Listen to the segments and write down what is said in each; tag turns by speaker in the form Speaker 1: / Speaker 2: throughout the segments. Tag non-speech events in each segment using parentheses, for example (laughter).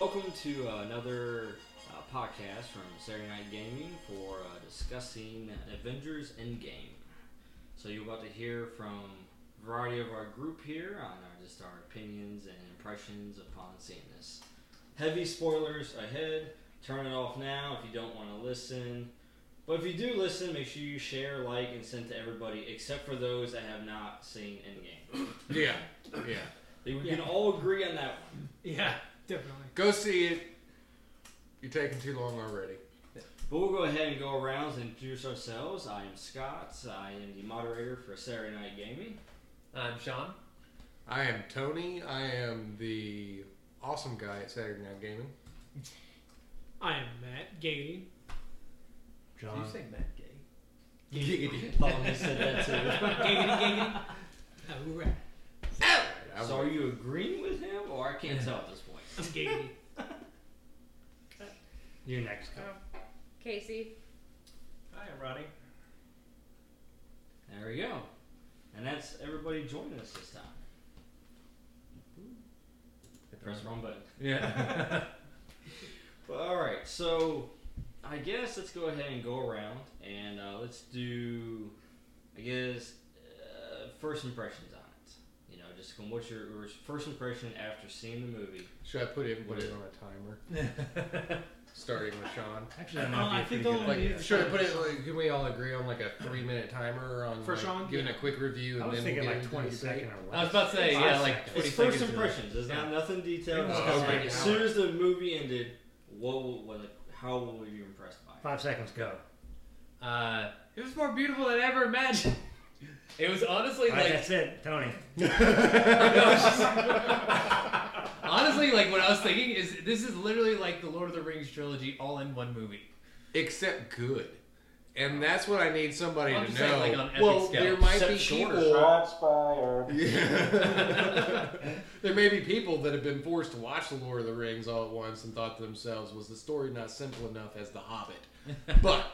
Speaker 1: Welcome to another uh, podcast from Saturday Night Gaming for uh, discussing Avengers Endgame. So you're about to hear from a variety of our group here on our, just our opinions and impressions upon seeing this. Heavy spoilers ahead. Turn it off now if you don't want to listen. But if you do listen, make sure you share, like, and send to everybody except for those that have not seen Endgame.
Speaker 2: Yeah, yeah.
Speaker 1: We
Speaker 3: Yeah.
Speaker 1: can all agree on that one.
Speaker 3: Yeah, definitely.
Speaker 2: Go see it. You're taking too long already.
Speaker 1: But we'll go ahead and go around and introduce ourselves. I am Scott. I am the moderator for Saturday Night Gaming.
Speaker 4: Um,
Speaker 3: I'm Sean.
Speaker 2: I am Tony. I am the awesome guy at Saturday Night Gaming.
Speaker 3: I am Matt Gagey.
Speaker 5: Did you say Matt Gay?
Speaker 1: Giggity. Thought I said that
Speaker 6: (laughs)
Speaker 1: too.
Speaker 3: Gagety, gagety. Oh, right.
Speaker 2: I'm-
Speaker 1: so are you agreeing with him, or I can't tell at this point.
Speaker 3: I'm Gagety.
Speaker 1: You're next.
Speaker 7: Casey.
Speaker 5: Hi, I'm Ronnie.
Speaker 1: There we go. And that's everybody joining us this time. I pressed the wrong button.
Speaker 4: (laughs)
Speaker 2: Yeah.
Speaker 1: Well, all right, so I guess let's go ahead and go around and uh, let's do, I guess, uh, first impressions on it. You know, just going, what's your, your first impression after seeing the movie?
Speaker 2: Should I put it put it on a timer? Starting with Sean.
Speaker 5: Actually,
Speaker 3: Oh,
Speaker 5: that might
Speaker 3: I
Speaker 5: be a
Speaker 3: think
Speaker 5: pretty
Speaker 3: they'll
Speaker 5: good
Speaker 2: Like,
Speaker 3: Yeah.
Speaker 2: should I put it? Like, can we all agree on like a three minute timer on
Speaker 3: For
Speaker 2: like,
Speaker 3: Sean?
Speaker 2: giving
Speaker 3: Yeah.
Speaker 2: a quick review? And
Speaker 5: I was
Speaker 2: then
Speaker 5: thinking
Speaker 2: we'll get
Speaker 5: like
Speaker 2: into
Speaker 5: 20
Speaker 2: the
Speaker 5: second
Speaker 2: debate?
Speaker 5: or less.
Speaker 4: I was about to say, yeah, like
Speaker 1: It's
Speaker 4: 20
Speaker 1: first
Speaker 4: seconds.
Speaker 1: impressions. There's not nothing detailed. It's
Speaker 2: Oh,
Speaker 1: just
Speaker 2: okay.
Speaker 1: like, as soon as the movie ended, what, will- what, like, how were you impressed by it?
Speaker 5: Five seconds go.
Speaker 4: Uh, it was more beautiful than I ever imagined. (laughs) It was honestly
Speaker 5: All right,
Speaker 4: like
Speaker 5: that's it, Tony.
Speaker 4: (laughs) honestly like what I was thinking is this is literally like the Lord of the Rings trilogy all in one movie.
Speaker 2: (laughs) Except good. And that's what I need somebody
Speaker 4: I'm
Speaker 2: to
Speaker 4: just
Speaker 2: know.
Speaker 4: saying, like, on epic
Speaker 2: well,
Speaker 4: scale.
Speaker 2: there might
Speaker 1: Except
Speaker 2: be
Speaker 1: shorter.
Speaker 2: people. Yeah. there may be people that have been forced to watch The Lord of the Rings all at once and thought to themselves, was the story not simple enough as The Hobbit?
Speaker 4: (laughs)
Speaker 2: But,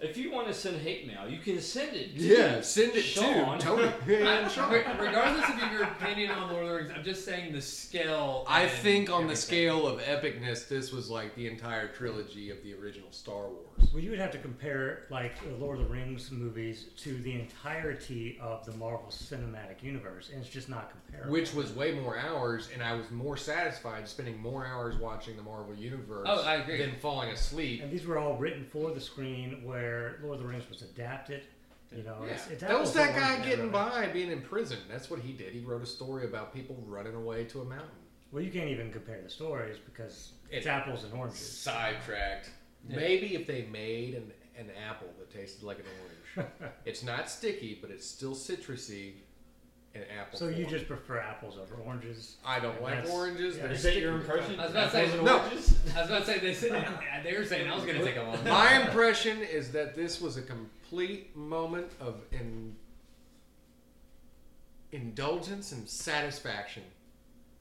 Speaker 1: If you want to send hate mail, you can send it. to-
Speaker 2: yeah, send it
Speaker 1: Sean.
Speaker 2: to
Speaker 4: (laughs)
Speaker 2: Tony.
Speaker 4: I- re- regardless of your opinion on Lord of the Rings, I'm just saying the scale.
Speaker 2: I
Speaker 4: and
Speaker 2: think on the
Speaker 4: everything.
Speaker 2: scale of epicness, this was like the entire trilogy of the original Star Wars.
Speaker 5: Well, you would have to compare like the Lord of the Rings movies to the entirety of the Marvel Cinematic Universe, and it's just not comparable.
Speaker 2: Which was way more hours, and I was more satisfied spending more hours watching the Marvel Universe
Speaker 4: Oh, I agree.
Speaker 2: than falling asleep.
Speaker 5: and these were all written for the screen, where Lord of the Rings was adapted. You
Speaker 1: Oh,
Speaker 5: know,
Speaker 2: Yeah.
Speaker 5: it's, it's
Speaker 2: that was
Speaker 5: apples to
Speaker 2: that
Speaker 5: oranges,
Speaker 2: guy getting
Speaker 5: really.
Speaker 2: by being in prison. That's what he did. He wrote a story about people running away to a mountain.
Speaker 5: Well, you can't even compare the stories because it's
Speaker 2: It-
Speaker 5: apples and oranges.
Speaker 2: Sidetracked. Maybe if they made an, an apple that tasted like an
Speaker 5: (laughs)
Speaker 2: orange. it's not sticky, but it's still citrusy and apple.
Speaker 5: So you
Speaker 2: form.
Speaker 5: just prefer apples over oranges?
Speaker 2: I don't like
Speaker 5: That's-
Speaker 2: oranges,
Speaker 5: yeah.
Speaker 2: but
Speaker 1: Is that your impression?
Speaker 4: I was about to say-
Speaker 1: Apples and
Speaker 2: No.
Speaker 1: oranges?
Speaker 4: I was about to say this. They were saying I was going to take
Speaker 2: (laughs)
Speaker 4: a long.
Speaker 2: My impression is that this was a complete moment of in, indulgence and satisfaction.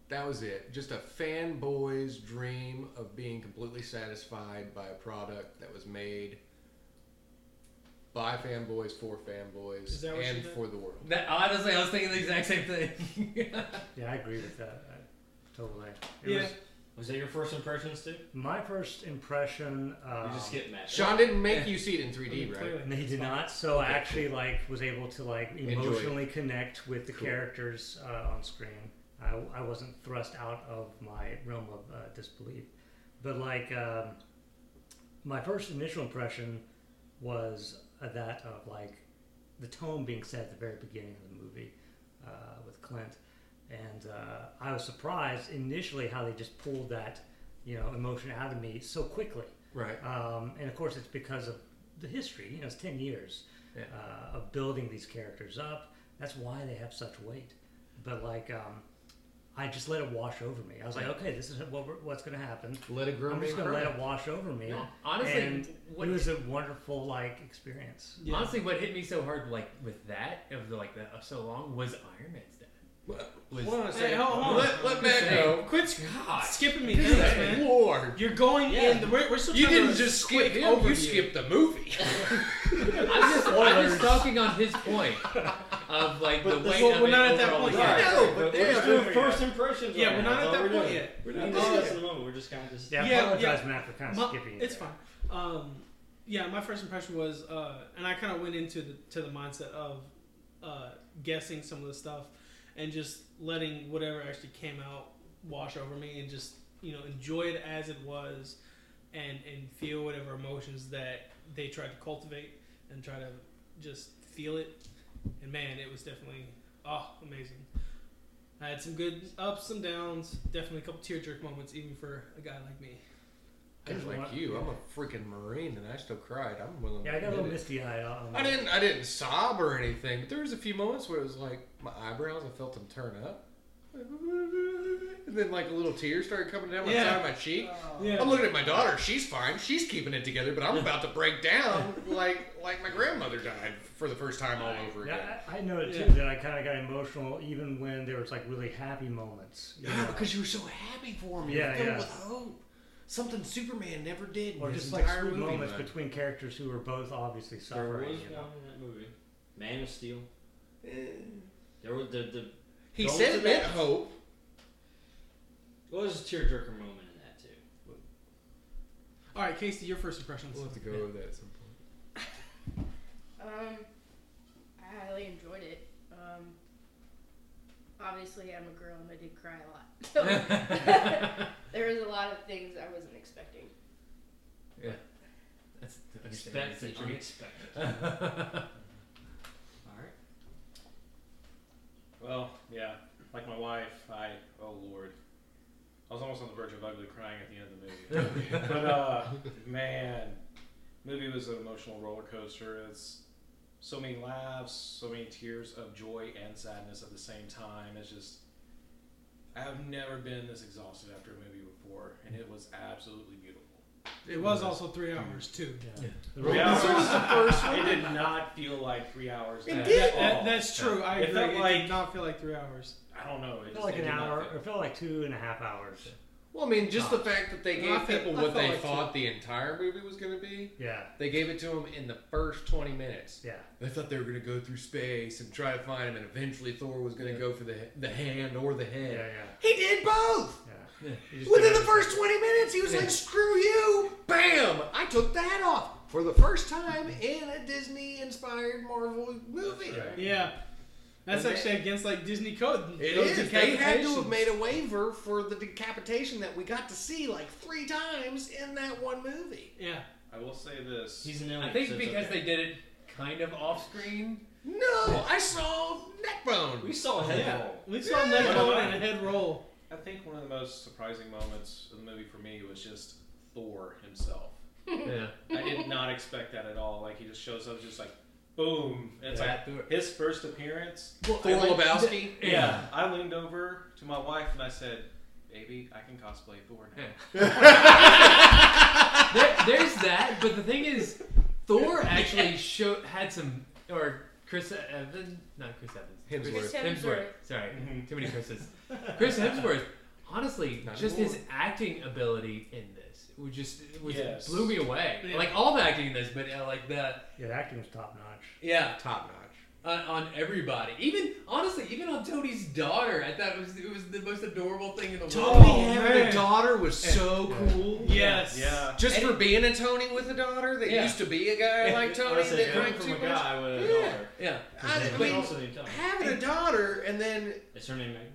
Speaker 2: That was it. Just a fanboy's dream of being completely satisfied by a product that was made by fanboys for fanboys
Speaker 3: Is that what she
Speaker 2: and
Speaker 3: did?
Speaker 2: for the world.
Speaker 4: That, honestly, I was thinking the exact same thing.
Speaker 5: Yeah, I agree with that. I, totally. It
Speaker 3: Yeah.
Speaker 5: was
Speaker 1: Was that your first impressions too?
Speaker 5: my first impression. Um,
Speaker 1: you just get mad.
Speaker 2: Sean didn't make you see it in 3D,
Speaker 3: I mean,
Speaker 2: right?
Speaker 3: clearly.
Speaker 5: and he did not, so I actually like was able to like emotionally connect with the
Speaker 2: Cool.
Speaker 5: characters uh, on screen. I, I wasn't thrust out of my realm of uh, disbelief, but like um, my first initial impression was uh, that of like the tone being set at the very beginning of the movie uh, with Clint, and uh, I was surprised initially how they just pulled that you know emotion out of me so quickly.
Speaker 2: Right.
Speaker 5: Um, and of course, it's because of the history. You know, it's ten years
Speaker 2: Yeah.
Speaker 5: uh, of building these characters up. That's why they have such weight. But like, um, I just let it wash over me. I was like, okay, this is what we're, what's going to happen.
Speaker 2: Let it grow.
Speaker 5: I'm
Speaker 2: be
Speaker 5: just going to
Speaker 2: grown.
Speaker 5: let it wash over me.
Speaker 4: No, honestly,
Speaker 5: and
Speaker 4: what-
Speaker 5: it was a wonderful like experience.
Speaker 3: Yeah.
Speaker 4: Honestly, what hit me so hard, like with that of the, like the uh, so long, was Iron Man's death. Was-
Speaker 2: Hold on a second.
Speaker 3: hold on.
Speaker 2: Let, let Matt go.
Speaker 3: Quit s-
Speaker 4: God.
Speaker 3: skipping me things,
Speaker 2: Good
Speaker 3: man.
Speaker 2: Lord.
Speaker 3: You're going
Speaker 1: Yeah.
Speaker 3: in. The, we're, we're still
Speaker 2: You
Speaker 3: trying
Speaker 2: didn't
Speaker 3: to
Speaker 2: just
Speaker 3: quick
Speaker 2: skip him, you
Speaker 3: overview.
Speaker 2: skipped the movie.
Speaker 4: I'm just, I'm just talking on his point. of like
Speaker 6: But
Speaker 4: the
Speaker 6: this-
Speaker 4: weight
Speaker 6: well,
Speaker 4: of
Speaker 6: we're
Speaker 4: it
Speaker 6: not at that
Speaker 4: overall.
Speaker 6: point
Speaker 1: Right.
Speaker 6: yet.
Speaker 1: right,
Speaker 6: No, but
Speaker 1: but
Speaker 6: they're-
Speaker 1: we're just doing first impressions.
Speaker 6: Yeah,
Speaker 1: right
Speaker 6: we're
Speaker 1: now.
Speaker 6: not at
Speaker 1: That's all
Speaker 6: that
Speaker 1: we're
Speaker 6: point
Speaker 1: doing.
Speaker 6: yet.
Speaker 1: We're not
Speaker 6: Yeah.
Speaker 1: discussing the moment. We're just kind of just.
Speaker 5: Yeah, I
Speaker 6: Yeah,
Speaker 5: apologize,
Speaker 6: yeah.
Speaker 5: Matt, for kind of
Speaker 6: My-
Speaker 5: skipping. you
Speaker 6: it's
Speaker 5: there.
Speaker 6: fine. Um, yeah, my first impression was, uh, and I kind of went into the to the mindset of uh, guessing some of the stuff and just letting whatever actually came out wash over me and just you know enjoy it as it was and and feel whatever emotions that they tried to cultivate and try to just feel it. And man, it was definitely oh amazing. I had some good ups, some downs, definitely a couple tear jerk moments, even for a guy like me.
Speaker 2: I just
Speaker 5: There's
Speaker 2: like
Speaker 5: one-
Speaker 2: you. I'm a freaking marine, and I still cried. I'm willing.
Speaker 5: Yeah,
Speaker 2: to
Speaker 5: I got a little
Speaker 2: admit it.
Speaker 5: misty eyed. on
Speaker 2: I didn't. I didn't sob or anything. But there was a few moments where it was like my eyebrows. I felt them turn up, and then like a little tear started coming down my
Speaker 6: Yeah.
Speaker 2: side of my cheek.
Speaker 6: Yeah.
Speaker 2: I'm looking at my daughter. She's fine. She's keeping it together, but I'm about to break down like like my grandmother died for the first time all over again.
Speaker 5: Yeah, I, I noted
Speaker 6: Yeah.
Speaker 5: too that I kind of got emotional even when there was like really happy moments.
Speaker 2: (laughs)
Speaker 5: you
Speaker 2: Yeah,
Speaker 5: know?
Speaker 2: because you were so happy for him.
Speaker 5: Yeah,
Speaker 2: Yeah,
Speaker 5: yeah.
Speaker 2: With hope. Something Superman never did. in
Speaker 5: or
Speaker 2: his
Speaker 5: just like
Speaker 2: entire
Speaker 5: sweet
Speaker 2: movie,
Speaker 5: moments
Speaker 2: man.
Speaker 5: between characters who were both obviously
Speaker 1: There was
Speaker 5: suffering. you know?
Speaker 1: one in that movie, Man of Steel. There was the the
Speaker 2: He
Speaker 1: Don't
Speaker 2: said
Speaker 1: do
Speaker 2: it meant
Speaker 1: that.
Speaker 2: hope.
Speaker 1: what was a tearjerker moment in that too.
Speaker 6: All right, Casey, your first impressions.
Speaker 2: We'll have to go over that at some point.
Speaker 7: Um, I highly enjoyed it. Um, obviously, I'm a girl and I did cry a lot. So there was a lot of things I wasn't expecting.
Speaker 4: That's
Speaker 1: Expect
Speaker 4: understandable.
Speaker 1: that you expect. All right.
Speaker 8: Well, yeah. Like my wife, I oh lord, I was almost on the verge of ugly crying at the end of
Speaker 2: (laughs)
Speaker 8: the movie. but uh, man, movie was an emotional roller coaster. It's so many laughs, so many tears of joy and sadness at the same time. It's just I have never been this exhausted after a movie before, and it was absolutely beautiful.
Speaker 6: It was also three hours too.
Speaker 5: Yeah.
Speaker 4: (laughs)
Speaker 5: The
Speaker 8: Three
Speaker 5: roller-
Speaker 8: hours.
Speaker 6: So was the first one.
Speaker 8: It did not feel like three hours.
Speaker 6: It
Speaker 8: at
Speaker 6: did.
Speaker 8: all.
Speaker 2: Oh.
Speaker 6: That, that's true. I
Speaker 8: It
Speaker 6: agree.
Speaker 8: felt
Speaker 6: It
Speaker 8: like-
Speaker 6: did not feel like three hours.
Speaker 8: I don't know. It
Speaker 5: It
Speaker 8: just
Speaker 5: felt like
Speaker 8: it
Speaker 5: an
Speaker 8: did not
Speaker 5: hour.
Speaker 8: feel-
Speaker 5: It felt like two and a half hours.
Speaker 2: Well, Ah. I mean, just
Speaker 5: Oh.
Speaker 2: the fact that they
Speaker 6: No,
Speaker 2: gave
Speaker 6: I fe-
Speaker 2: people
Speaker 6: I
Speaker 2: what
Speaker 6: felt
Speaker 2: they
Speaker 6: like
Speaker 2: thought the entire movie was going to be,
Speaker 5: Yeah,
Speaker 2: they gave it to them in the first 20 minutes.
Speaker 5: yeah.
Speaker 2: They thought they were going to go through space and try to find him, and eventually Thor was going to go for the the hand or the
Speaker 5: Yeah,
Speaker 2: head.
Speaker 5: yeah,
Speaker 2: He did both!
Speaker 5: yeah. You just
Speaker 2: Within
Speaker 5: gotta-
Speaker 2: the first 20 minutes, he was like, screw you! Bam! I took the head off for the first time in a Disney inspired Marvel movie.
Speaker 8: That's right.
Speaker 6: Yeah, that's
Speaker 2: And
Speaker 6: actually against like Disney code.
Speaker 2: It
Speaker 6: Those
Speaker 2: is. They had to have
Speaker 6: decapitations.
Speaker 2: made a waiver for the decapitation that we got to see like three times in that one movie.
Speaker 6: Yeah,
Speaker 8: I will say this.
Speaker 1: He's an alien.
Speaker 4: I think
Speaker 1: so it's
Speaker 4: because
Speaker 1: okay.
Speaker 4: they did it kind of off screen.
Speaker 2: No, Oh, I saw neck
Speaker 1: we
Speaker 2: bone.
Speaker 1: saw a head
Speaker 6: Yeah.
Speaker 1: roll.
Speaker 6: we saw
Speaker 2: Yeah.
Speaker 6: neck bone and a head roll.
Speaker 8: I think one of the most surprising moments of the movie for me was just Thor himself.
Speaker 4: Yeah.
Speaker 8: I did not expect that at all. Like he just shows up, just like boom. And It's
Speaker 4: Yeah.
Speaker 8: like his first appearance.
Speaker 2: Thor Lebowski.
Speaker 8: Yeah. I leaned over to my wife and I said, "Baby, I can cosplay Thor
Speaker 4: (laughs)
Speaker 8: now."
Speaker 4: There, there's that, but the thing is, Thor actually showed had some or Chris Evans, not Chris Evans.
Speaker 2: Hemsworth.
Speaker 7: Chris
Speaker 4: Hemsworth.
Speaker 7: Hemsworth.
Speaker 4: Sorry,
Speaker 8: Mhm.
Speaker 4: too many Chris's. Chris Hemsworth. Honestly,
Speaker 2: Not
Speaker 4: just his acting ability in this was just it was
Speaker 8: Yes.
Speaker 4: blew me away.
Speaker 6: Yeah.
Speaker 4: Like all the acting in this, but uh, like the
Speaker 5: Yeah, the acting was top notch.
Speaker 4: yeah
Speaker 2: Top notch.
Speaker 4: on, on everybody. Even honestly, even on Tony's daughter, I thought it was it was the most adorable thing in the
Speaker 2: Tony
Speaker 4: world.
Speaker 2: having
Speaker 6: man.
Speaker 2: a daughter was so
Speaker 5: Yeah.
Speaker 2: cool.
Speaker 6: Yes.
Speaker 8: Yeah.
Speaker 2: Just
Speaker 4: And-
Speaker 2: for being a Tony with a daughter that
Speaker 4: Yeah.
Speaker 2: used to be a guy like Tony
Speaker 1: Honestly,
Speaker 2: that
Speaker 1: coming
Speaker 2: drank
Speaker 1: from
Speaker 2: too
Speaker 1: a
Speaker 2: much.
Speaker 1: guy with a
Speaker 2: Yeah.
Speaker 1: daughter.
Speaker 4: Yeah,
Speaker 2: I, I
Speaker 1: Who's
Speaker 2: mean,
Speaker 1: also named Tony.
Speaker 2: having a daughter and then
Speaker 1: Is her name Megan?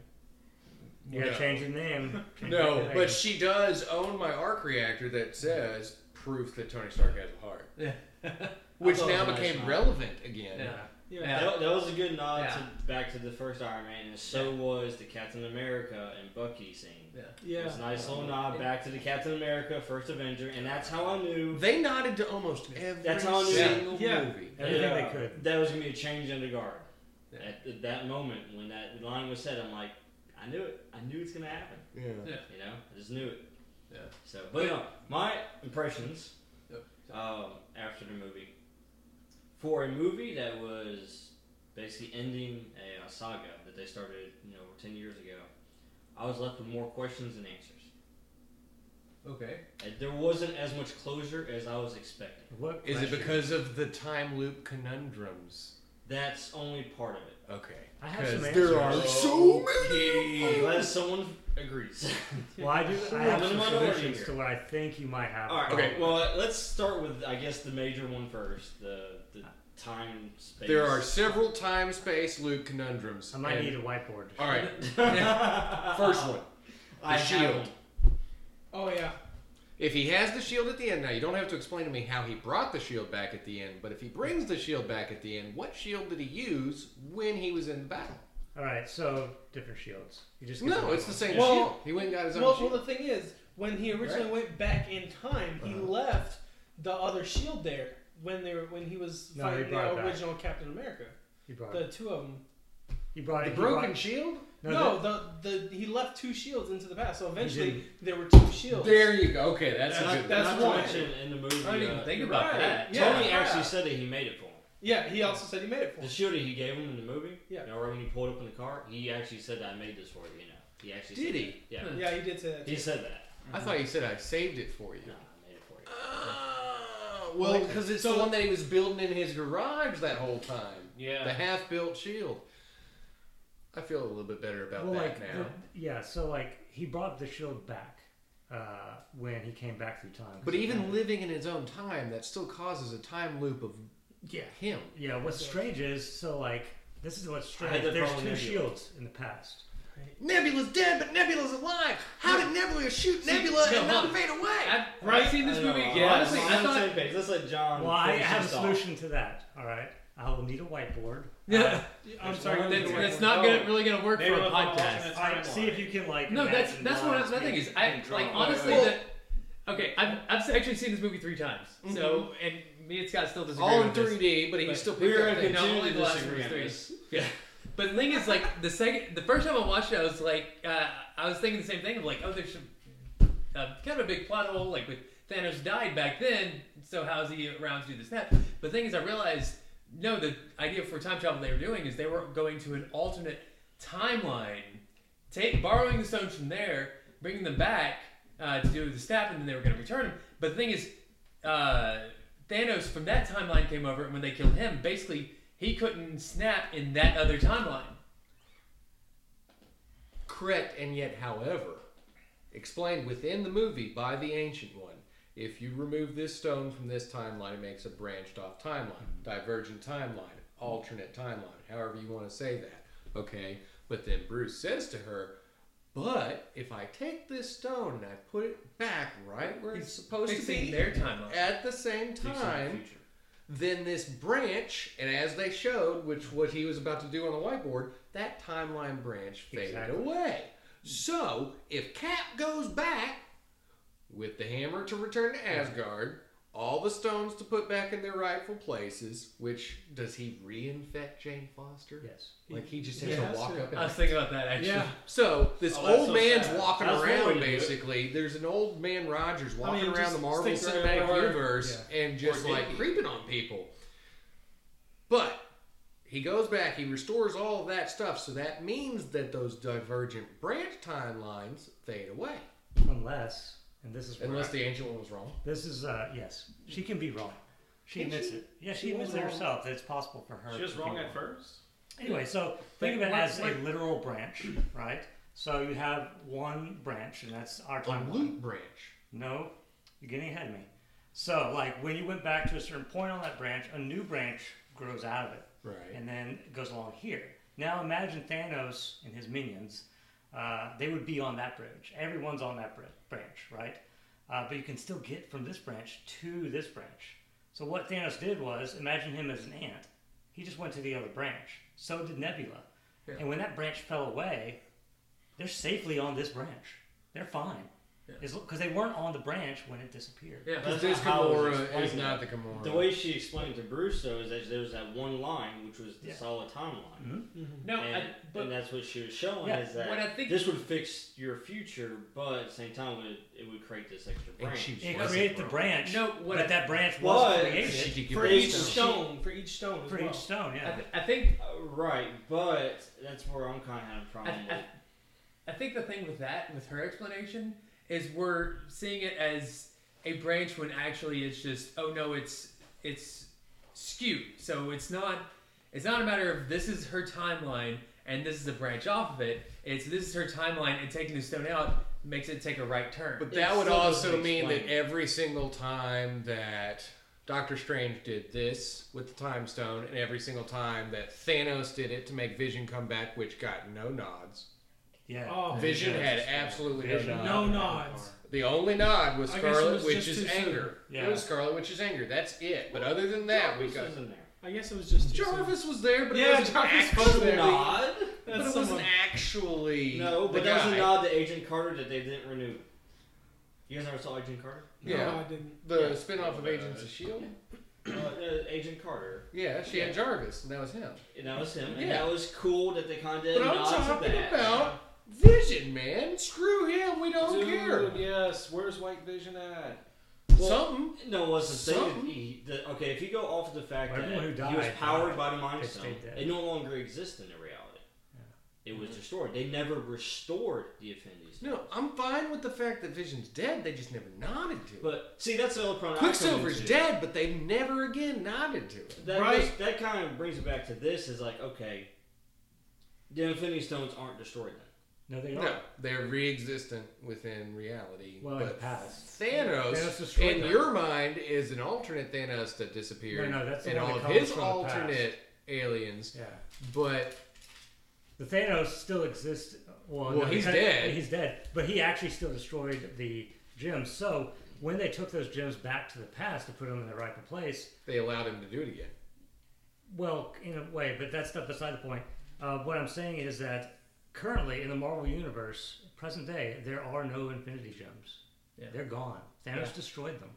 Speaker 5: You gotta
Speaker 2: No.
Speaker 5: change the name. Change
Speaker 2: No,
Speaker 5: the name.
Speaker 2: but she does own my arc reactor that says proof that Tony Stark has a heart.
Speaker 4: Yeah.
Speaker 2: (laughs) Which
Speaker 1: I thought it
Speaker 2: now
Speaker 1: was a nice
Speaker 2: became
Speaker 1: nod.
Speaker 2: relevant again.
Speaker 4: yeah.
Speaker 6: Yeah.
Speaker 4: Yeah.
Speaker 1: That, that was a good nod
Speaker 4: Yeah.
Speaker 1: to, back to the first Iron Man, and so was the Captain America and Bucky scene. It
Speaker 6: Yeah.
Speaker 1: was a nice little nod back to the Captain America, First Avenger, and that's how I knew
Speaker 2: They nodded to almost every
Speaker 1: That's all new.
Speaker 2: single
Speaker 6: Yeah.
Speaker 2: movie.
Speaker 5: everything
Speaker 1: Yeah.
Speaker 5: they could.
Speaker 1: that was going to be a change in the guard.
Speaker 4: Yeah.
Speaker 1: At, at that moment, when that line was said, I'm like, I knew it. I knew it's going to happen.
Speaker 2: Yeah.
Speaker 1: You know, I just knew it.
Speaker 4: Yeah.
Speaker 1: So, but no, my impressions
Speaker 4: Yep.
Speaker 1: um, after the movie. For a movie that was basically ending a, uh saga that they started, you know, over ten years ago, I was left with more questions than answers.
Speaker 4: Okay.
Speaker 1: Uh, There wasn't as much closure as I was expecting.
Speaker 5: What
Speaker 2: Is it
Speaker 5: pressure.
Speaker 2: because of the time loop conundrums
Speaker 1: That's only part of it.
Speaker 2: Okay.
Speaker 5: I have some
Speaker 2: 'Cause
Speaker 5: answers.
Speaker 2: there are so many.
Speaker 1: Unless someone agrees. (laughs)
Speaker 5: Well, I do. I
Speaker 1: I'm
Speaker 5: have
Speaker 1: in
Speaker 5: some
Speaker 1: the minority
Speaker 5: solutions
Speaker 1: here.
Speaker 5: to what I think you might have. a
Speaker 1: All right.
Speaker 5: problem
Speaker 1: Okay. Well, let's start with I guess the major one first. The the time space.
Speaker 2: There are several time space loop conundrums.
Speaker 5: with. I might
Speaker 2: and-
Speaker 5: need a whiteboard.
Speaker 2: All right.
Speaker 1: (laughs)
Speaker 2: First
Speaker 1: First
Speaker 2: one.
Speaker 1: I have
Speaker 2: shield.
Speaker 1: one.
Speaker 6: Oh yeah.
Speaker 2: If he has the shield at the end, now you don't have to explain to me how he brought the shield back at the end, but if he brings the shield back at the end, what shield did he use when he was in the battle?
Speaker 5: All right. So different shields. You just get
Speaker 2: No,
Speaker 5: one.
Speaker 2: it's the same
Speaker 6: Well-
Speaker 2: shield. He went and got his own
Speaker 6: Well, well,
Speaker 2: shield.
Speaker 6: the thing is, when he originally went back in time,
Speaker 2: Uh-huh.
Speaker 6: he left the other shield there when they were, when he was
Speaker 5: No, he
Speaker 6: fighting
Speaker 5: brought it
Speaker 6: the
Speaker 5: back.
Speaker 6: original Captain America.
Speaker 5: You brought
Speaker 6: The
Speaker 5: it.
Speaker 6: two of them.
Speaker 5: You brought
Speaker 2: The
Speaker 5: it. you
Speaker 2: broken
Speaker 5: brought-
Speaker 2: shield?
Speaker 6: No,
Speaker 5: the-
Speaker 6: the, the he left two shields into the past, so eventually
Speaker 5: didn't.
Speaker 6: there were two shields.
Speaker 2: There you go. Okay, that's a
Speaker 1: Not-
Speaker 2: good
Speaker 6: that's
Speaker 1: not
Speaker 6: one.
Speaker 1: to mention in the movie.
Speaker 4: I didn't even
Speaker 1: uh,
Speaker 4: think
Speaker 6: you're
Speaker 4: about
Speaker 6: right.
Speaker 4: that.
Speaker 6: Yeah,
Speaker 1: Tony
Speaker 6: yeah.
Speaker 1: actually said that he made it for him.
Speaker 6: Yeah, he also said he made it for.
Speaker 1: The
Speaker 6: him.
Speaker 1: shield that he gave him in the movie.
Speaker 6: Yeah.
Speaker 1: You know, right when he pulled up in the car, he actually said that I made this for you. You know, he actually
Speaker 2: Did
Speaker 1: said
Speaker 2: he?
Speaker 1: That. Yeah.
Speaker 4: Hmm.
Speaker 6: Yeah, he did say that.
Speaker 1: He said that.
Speaker 2: I thought you said I saved it for you.
Speaker 1: No, I made it for you.
Speaker 2: Ah, well, because it's the
Speaker 6: So-
Speaker 2: one that he was building in his garage that whole time.
Speaker 8: Yeah.
Speaker 2: The half-built shield. I feel a little bit better about
Speaker 5: well,
Speaker 2: that
Speaker 5: like
Speaker 2: now.
Speaker 5: the- yeah. So like he brought the shield back uh, when he came back through time.
Speaker 2: But even living in his own time, that still causes a time loop of
Speaker 6: Yeah.
Speaker 2: him.
Speaker 5: yeah, what's strange is so like this is what's
Speaker 1: I
Speaker 5: strange.
Speaker 1: had that
Speaker 5: There's
Speaker 1: problem
Speaker 5: two
Speaker 1: with Nebula.
Speaker 5: shields in the past.
Speaker 2: Nebula's dead, but Nebula's alive. How did Nebula shoot Nebula
Speaker 4: no,
Speaker 2: and not
Speaker 4: hold
Speaker 2: fade away?
Speaker 4: I've, I've seen this
Speaker 1: I don't
Speaker 4: movie
Speaker 1: know.
Speaker 4: again. Honestly,
Speaker 1: I'm
Speaker 4: I
Speaker 1: on the same
Speaker 4: thought.
Speaker 1: page. Let's let John.
Speaker 5: Well, I
Speaker 1: finish
Speaker 5: have a
Speaker 1: this off.
Speaker 5: solution to that. All right, I will need a whiteboard.
Speaker 4: Yeah,
Speaker 6: I'm
Speaker 8: There's
Speaker 6: sorry.
Speaker 8: one
Speaker 4: that's,
Speaker 8: thing.
Speaker 4: that's not gonna, really going to work
Speaker 8: Maybe
Speaker 4: for a
Speaker 8: we'll follow
Speaker 4: podcast.
Speaker 8: alternate
Speaker 5: All right, see if
Speaker 8: timeline.
Speaker 5: you can like.
Speaker 4: No, that's
Speaker 5: imagine
Speaker 4: that's what
Speaker 5: why
Speaker 4: I- my thing
Speaker 5: being-
Speaker 4: is. I
Speaker 5: being
Speaker 4: like
Speaker 5: drawn.
Speaker 4: honestly
Speaker 2: Well-
Speaker 4: that. Okay, I've, I've actually seen this movie three times. So and me and Scott still disagree.
Speaker 2: All in
Speaker 4: with this.
Speaker 2: 3D, but he
Speaker 4: But
Speaker 2: was still
Speaker 1: We're
Speaker 2: picking
Speaker 1: gonna
Speaker 2: up things.
Speaker 4: No,
Speaker 1: continue
Speaker 4: only
Speaker 1: to
Speaker 4: the last
Speaker 1: disagree
Speaker 4: one's
Speaker 1: on
Speaker 4: three.
Speaker 1: this.
Speaker 4: But the thing is, like the second, the first time I watched it, I was like, uh, I was thinking the same thing. of like, oh, there's some, uh, kind of a big plot hole. Like with Thanos died back then, so how's he around to do this now? But the thing is, I realized no, the idea for time travel they were doing is they were going to an alternate timeline, take borrowing the stones from there, bringing them back uh, to do the staff, and then they were going to return them. But the thing is, uh, Thanos from that timeline came over, and when they killed him, basically he couldn't snap in that other timeline.
Speaker 2: Correct, and yet, however, explained within the movie by the Ancient One, if you remove this stone from this timeline, it makes a branched off timeline, divergent timeline, alternate timeline, however you want to say that. Okay, but then Bruce says to her, but if I take this stone and I put it back right where it's supposed to
Speaker 4: Fixing
Speaker 2: be
Speaker 4: their timeline.
Speaker 2: at the same
Speaker 1: Fixing the
Speaker 2: time,
Speaker 1: future.
Speaker 2: then this branch, and as they showed, which what he was about to do on the whiteboard, that timeline branch faded
Speaker 5: Exactly.
Speaker 2: away. So if Cap goes back with the hammer to return to Asgard, all the stones to put back in their rightful places, which does he reinfect Jane Foster?
Speaker 5: Yes.
Speaker 2: Like he just has
Speaker 6: Yeah,
Speaker 2: to
Speaker 6: that's
Speaker 2: walk
Speaker 6: it.
Speaker 2: up and
Speaker 4: I was thinking about that actually.
Speaker 6: Yeah.
Speaker 2: so this
Speaker 1: Oh, that's
Speaker 2: old
Speaker 1: so
Speaker 2: man's
Speaker 1: sad.
Speaker 2: walking
Speaker 1: That's one way
Speaker 2: around
Speaker 1: to do it.
Speaker 2: basically. There's an old man Rogers walking
Speaker 6: mean,
Speaker 2: around
Speaker 6: just
Speaker 2: the Marvel
Speaker 6: sticks right
Speaker 2: Cinematic
Speaker 6: over-
Speaker 2: Universe and just
Speaker 1: Or did
Speaker 2: like
Speaker 1: he?
Speaker 2: creeping on people. But he goes back, he restores all of that stuff, so that means that those divergent branch timelines fade away.
Speaker 5: Unless, and this is where
Speaker 2: Unless the ancient one was wrong.
Speaker 5: this is uh yes, she can be wrong. She admits it. Yeah, she,
Speaker 6: she
Speaker 5: admits
Speaker 6: was
Speaker 5: it
Speaker 6: wrong.
Speaker 5: herself that it's possible for her.
Speaker 8: She was
Speaker 5: to be
Speaker 8: wrong at first.
Speaker 5: Anyway, so think of it
Speaker 4: Like,
Speaker 5: as
Speaker 4: like-
Speaker 5: a literal branch, (clears throat) right? So you have one branch, and that's our
Speaker 2: A
Speaker 5: timeline.
Speaker 2: loop branch.
Speaker 5: No, you're getting ahead of me. So, like when you went back to a certain point on that branch, a new branch grows out of it.
Speaker 2: Right.
Speaker 5: and then it goes along here. Now imagine Thanos and his minions. Uh, they would be on that branch. Everyone's on that br- branch, right? Uh, but you can still get from this branch to this branch. So what Thanos did was imagine him as an ant. He just went to the other branch. So did Nebula.
Speaker 4: Yeah.
Speaker 5: And when that branch fell away, they're safely on this branch. They're fine.
Speaker 4: Yeah.
Speaker 5: Because they weren't on the branch when it disappeared.
Speaker 4: Yeah.
Speaker 1: That's
Speaker 2: This
Speaker 1: not how it was
Speaker 2: Gamora
Speaker 1: explained.
Speaker 2: is not the Gamora.
Speaker 1: The way she explained it to Bruce though is that there was that one line which was the
Speaker 5: Yeah.
Speaker 1: solid timeline,
Speaker 6: Mm-hmm.
Speaker 4: No, I,
Speaker 1: and,
Speaker 4: but
Speaker 1: and that's what she was showing
Speaker 5: Yeah,
Speaker 1: is that
Speaker 4: what I think-
Speaker 1: this would fix your future, but at the same time it, it would create this extra branch.
Speaker 2: she
Speaker 5: It
Speaker 2: wasn't
Speaker 5: created the
Speaker 2: wrong.
Speaker 5: branch,
Speaker 4: No, what
Speaker 5: but
Speaker 4: I-
Speaker 5: that branch was
Speaker 1: But-
Speaker 5: created
Speaker 2: She could give
Speaker 6: For
Speaker 2: it
Speaker 6: each
Speaker 2: stone.
Speaker 6: stone, for each stone as
Speaker 5: for
Speaker 6: well.
Speaker 5: each stone,
Speaker 4: I,
Speaker 5: yeah.
Speaker 4: th- I think
Speaker 1: Uh, right, but that's where I'm kind of having a
Speaker 4: I,
Speaker 1: problem.
Speaker 4: I, I think the thing with that, with her explanation, is we're seeing it as a branch when actually it's just oh no, it's it's skewed. So it's not It's not a matter of this is her timeline and this is a branch off of it. It's this is her timeline and taking the stone out makes it take a right turn.
Speaker 2: But
Speaker 1: It
Speaker 2: that would
Speaker 1: still
Speaker 2: also
Speaker 1: doesn't
Speaker 2: mean that
Speaker 1: explain it.
Speaker 2: every single time that Doctor Strange did this with the Time Stone, and every single time that Thanos did it to make Vision come back, which got no nods.
Speaker 5: Yeah.
Speaker 6: Oh,
Speaker 2: Vision
Speaker 5: yeah.
Speaker 2: had absolutely
Speaker 5: Vision.
Speaker 2: no nod.
Speaker 6: no nods.
Speaker 2: The only nod was
Speaker 6: I guess it
Speaker 2: Scarlet
Speaker 6: was just
Speaker 2: Witch's
Speaker 6: too soon.
Speaker 2: anger.
Speaker 5: Yeah.
Speaker 2: It was Scarlet Witch's anger. That's it. But other than that, we
Speaker 1: Jarvis
Speaker 2: got
Speaker 1: was in there.
Speaker 6: I guess it was just too soon.
Speaker 2: Jarvis was there, but
Speaker 6: Yeah,
Speaker 2: it was
Speaker 6: Jarvis was
Speaker 2: actually,
Speaker 1: Nod?
Speaker 2: but
Speaker 6: That's
Speaker 2: it wasn't
Speaker 6: someone-
Speaker 2: actually
Speaker 1: No,
Speaker 2: the
Speaker 1: but that was
Speaker 2: guy.
Speaker 1: a nod to Agent Carter that they didn't renew. You guys never saw Agent Carter?
Speaker 2: Yeah.
Speaker 6: No, I didn't.
Speaker 2: The
Speaker 1: Yeah.
Speaker 2: spin-off of
Speaker 8: Yeah.
Speaker 2: Agents of Shield.
Speaker 1: Uh, uh, Agent Carter.
Speaker 2: E Yeah, she had Jarvis, and that was him.
Speaker 1: And that was him. And
Speaker 2: Yeah.
Speaker 1: that was cool that they kind of did
Speaker 2: But I'm
Speaker 1: nods
Speaker 2: talking
Speaker 1: to that.
Speaker 2: about Vision, man. Screw him. We don't
Speaker 8: Dude,
Speaker 2: care.
Speaker 8: yes. Where's White Vision at?
Speaker 1: Well,
Speaker 2: Something.
Speaker 1: No, well, it's the
Speaker 2: Something.
Speaker 1: thing. He, the, okay, if you go off of the fact
Speaker 5: Well,
Speaker 1: that
Speaker 5: everyone who
Speaker 1: he was
Speaker 5: died
Speaker 1: powered
Speaker 5: died.
Speaker 1: by the Mind
Speaker 5: They
Speaker 1: Stone,
Speaker 5: stayed dead. Mm-hmm.
Speaker 1: it no longer exists in the reality. It was destroyed. They never restored the Affinity Stones.
Speaker 2: No, I'm fine with the fact that Vision's dead. They just never nodded to it.
Speaker 1: But see, that's the other problem. I come
Speaker 2: Quicksilver's
Speaker 1: into.
Speaker 2: dead, but they never again nodded to it.
Speaker 1: That
Speaker 6: Right.
Speaker 1: goes- that kind of brings it back to this: is like, okay, the Infinity Stones aren't destroyed then.
Speaker 5: No, they
Speaker 2: No,
Speaker 5: are.
Speaker 2: they're re-existent within reality.
Speaker 5: Well, in the
Speaker 2: but
Speaker 5: past.
Speaker 2: Thanos,
Speaker 5: Thanos destroyed
Speaker 2: in
Speaker 5: them.
Speaker 2: your mind, is an alternate Thanos that disappeared,
Speaker 5: No, no, that's the
Speaker 2: and
Speaker 5: one
Speaker 2: all
Speaker 5: that
Speaker 2: of
Speaker 5: comes
Speaker 2: his
Speaker 5: from the past.
Speaker 2: alternate aliens.
Speaker 5: Yeah.
Speaker 2: But
Speaker 5: The Thanos still exists. Well,
Speaker 2: Well,
Speaker 5: no,
Speaker 2: he's
Speaker 5: he-
Speaker 2: dead.
Speaker 5: He's dead, but he actually still destroyed the gems. So when they took those gems back to the past to put them in the rightful place,
Speaker 2: they allowed him to do it again.
Speaker 5: well, in a way, but that's not beside the point. Uh, what I'm saying is that currently in the Marvel universe, present day, there are no Infinity Gems.
Speaker 4: Yeah.
Speaker 5: They're gone. Thanos destroyed them.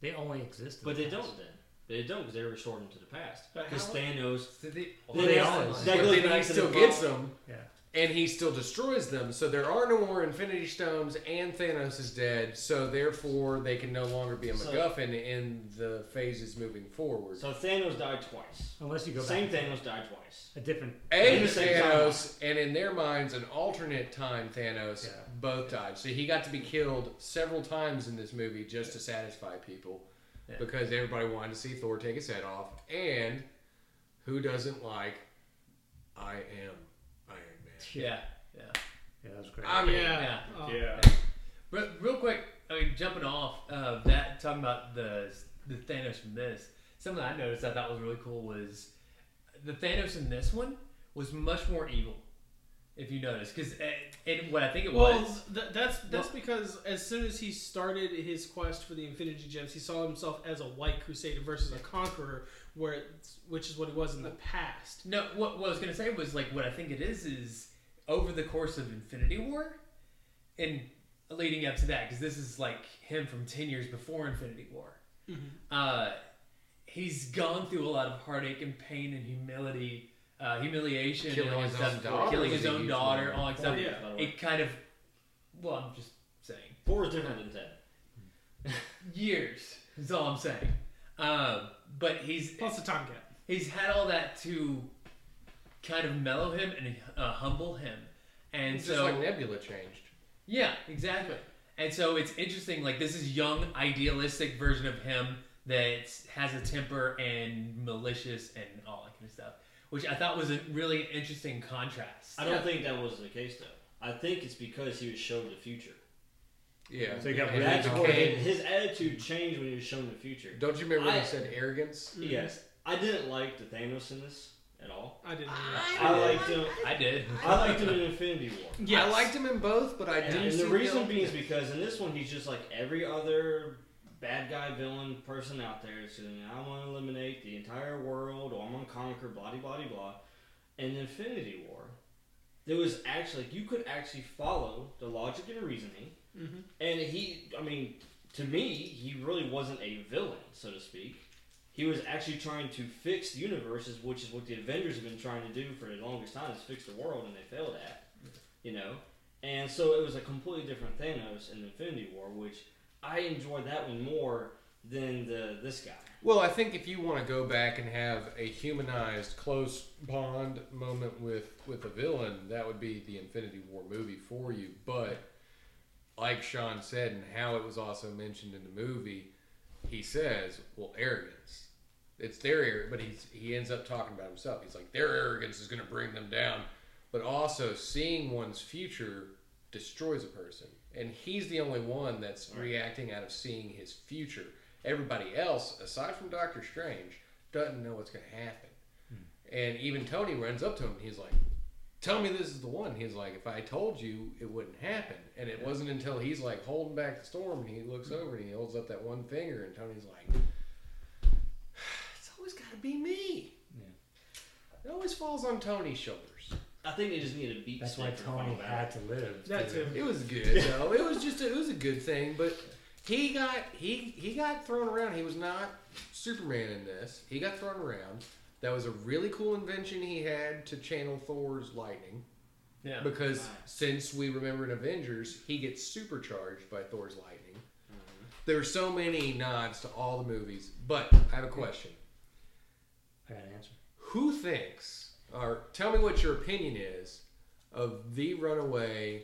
Speaker 5: They only exist. in
Speaker 1: But
Speaker 5: the
Speaker 1: they
Speaker 5: past.
Speaker 1: don't then. They don't because they restored them to the past.
Speaker 8: But
Speaker 1: Because
Speaker 8: how-
Speaker 1: Thanos.
Speaker 5: Well, they all-
Speaker 2: But
Speaker 1: That goes back to
Speaker 2: then he
Speaker 1: the
Speaker 2: still
Speaker 1: problem.
Speaker 2: gets them,
Speaker 5: Yeah.
Speaker 2: and he still destroys them. So there are no more Infinity Stones, and Thanos is dead. So therefore, they can no longer be a
Speaker 1: So-
Speaker 2: MacGuffin in the phases moving forward.
Speaker 1: So Thanos died twice.
Speaker 5: Unless you go
Speaker 1: Same
Speaker 5: back
Speaker 1: Thanos died twice.
Speaker 5: a different.
Speaker 2: A
Speaker 1: In the same
Speaker 2: Thanos, and in their minds, an alternate time Thanos
Speaker 5: Yeah.
Speaker 2: both died. So he got to be killed several times in this movie just to satisfy people
Speaker 4: Yeah.
Speaker 2: because everybody wanted to see Thor take his head off. And who doesn't like I am Iron Man?
Speaker 4: Yeah,
Speaker 5: Yeah, that was great.
Speaker 2: I mean,
Speaker 6: Yeah.
Speaker 4: yeah.
Speaker 6: Uh,
Speaker 8: yeah.
Speaker 4: But real quick, I mean, jumping off of that, talking about the the Thanos from this, something I noticed I thought was really cool was the Thanos in this one was much more evil, if you notice, because and what I think it
Speaker 6: Well,
Speaker 4: was.
Speaker 6: th- that's that's because as soon as he started his quest for the Infinity Gems, he saw himself as a white crusader versus a conqueror, where it's, which is what he was in the past.
Speaker 4: No, what, what I was gonna say was like what I think it is is over the course of Infinity War, and leading up to that because this is like him from ten years before Infinity War. Uh, he's gone through a lot of heartache and pain and humility, uh, humiliation,
Speaker 2: Killing
Speaker 4: and all
Speaker 2: his
Speaker 4: that
Speaker 2: own
Speaker 4: stuff,
Speaker 2: daughter
Speaker 4: killing
Speaker 2: was
Speaker 4: his
Speaker 2: a
Speaker 4: own
Speaker 2: huge
Speaker 4: daughter,
Speaker 2: one.
Speaker 4: all that
Speaker 1: Four
Speaker 4: stuff.
Speaker 1: years, by the way.
Speaker 4: It kind of, well, I'm just saying
Speaker 1: Four is different than ten.
Speaker 4: years. Is all I'm saying. Um, but he's
Speaker 6: Plus the time gap.
Speaker 4: he's had all that to kind of mellow him and uh, humble him, and
Speaker 2: It's just
Speaker 4: so
Speaker 2: like Nebula changed.
Speaker 4: yeah, exactly. And so it's interesting. Like this is young, idealistic version of him that has a temper and malicious and all that kind of stuff, which I thought was a really interesting contrast.
Speaker 1: I don't think that was the case though. I think it's because he was shown the future.
Speaker 2: Yeah.
Speaker 5: So you got
Speaker 2: And
Speaker 1: That's
Speaker 2: he
Speaker 1: where
Speaker 2: became-
Speaker 1: his attitude changed when he was shown the future.
Speaker 2: Don't you remember when
Speaker 1: I-
Speaker 2: he said arrogance?
Speaker 6: Mm-hmm.
Speaker 1: Yes, I didn't like the Thanos in this at all.
Speaker 6: I didn't.
Speaker 2: Ah.
Speaker 1: I liked him.
Speaker 4: I did.
Speaker 1: I liked him in Infinity War.
Speaker 6: Yes.
Speaker 2: I liked him in both, but I
Speaker 1: And,
Speaker 2: didn't.
Speaker 1: and
Speaker 2: see
Speaker 1: the reason
Speaker 2: him-
Speaker 1: being is because in this one he's just like every other bad guy villain person out there. So I want to eliminate the entire world, or I'm gonna conquer, blah de blah de blah. In Infinity War, there was actually you could actually follow the logic and reasoning,
Speaker 6: Mhm.
Speaker 1: and he, I mean, to me, he really wasn't a villain, so to speak. He was actually trying to fix universes, which is what the Avengers have been trying to do for the longest time, is fix the world, and they failed at. You know, and so it was a completely different Thanos in Infinity War, which I enjoyed that one more than the this guy.
Speaker 2: Well, I think if you want to go back and have a humanized, close bond moment with with a villain, that would be the Infinity War movie for you. But like Sean said, and how it was also mentioned in the movie, he says, "Well, arrogance." It's their arrogance, but he's he ends up talking about himself. He's like, their arrogance is going to bring them down, but also seeing one's future destroys a person, and he's the only one that's reacting out of seeing his future. Everybody else, aside from Doctor Strange, doesn't know what's going to happen. And even Tony runs up to him. He's like, "Tell me this is the one." He's like, "If I told you, it wouldn't happen." And it wasn't until he's like holding back the storm, and he looks over and he holds up that one finger, and Tony's like, "It's always got to be me." It always falls on Tony's shoulders.
Speaker 1: I think they just need a beat.
Speaker 5: That's why
Speaker 1: stick or something
Speaker 5: Tony
Speaker 1: like
Speaker 5: had to live.
Speaker 6: That too.
Speaker 2: It was good though. It was just a, it was a good thing, but he got he he got thrown around. He was not Superman in this. He got thrown around. That was a really cool invention he had to channel Thor's lightning.
Speaker 4: Yeah.
Speaker 2: Because
Speaker 1: Right.
Speaker 2: since we remember in Avengers, he gets supercharged by Thor's lightning. There are so many nods to all the movies, but I have a question.
Speaker 5: I got an answer.
Speaker 2: Who thinks, or tell me what your opinion is, of the runaway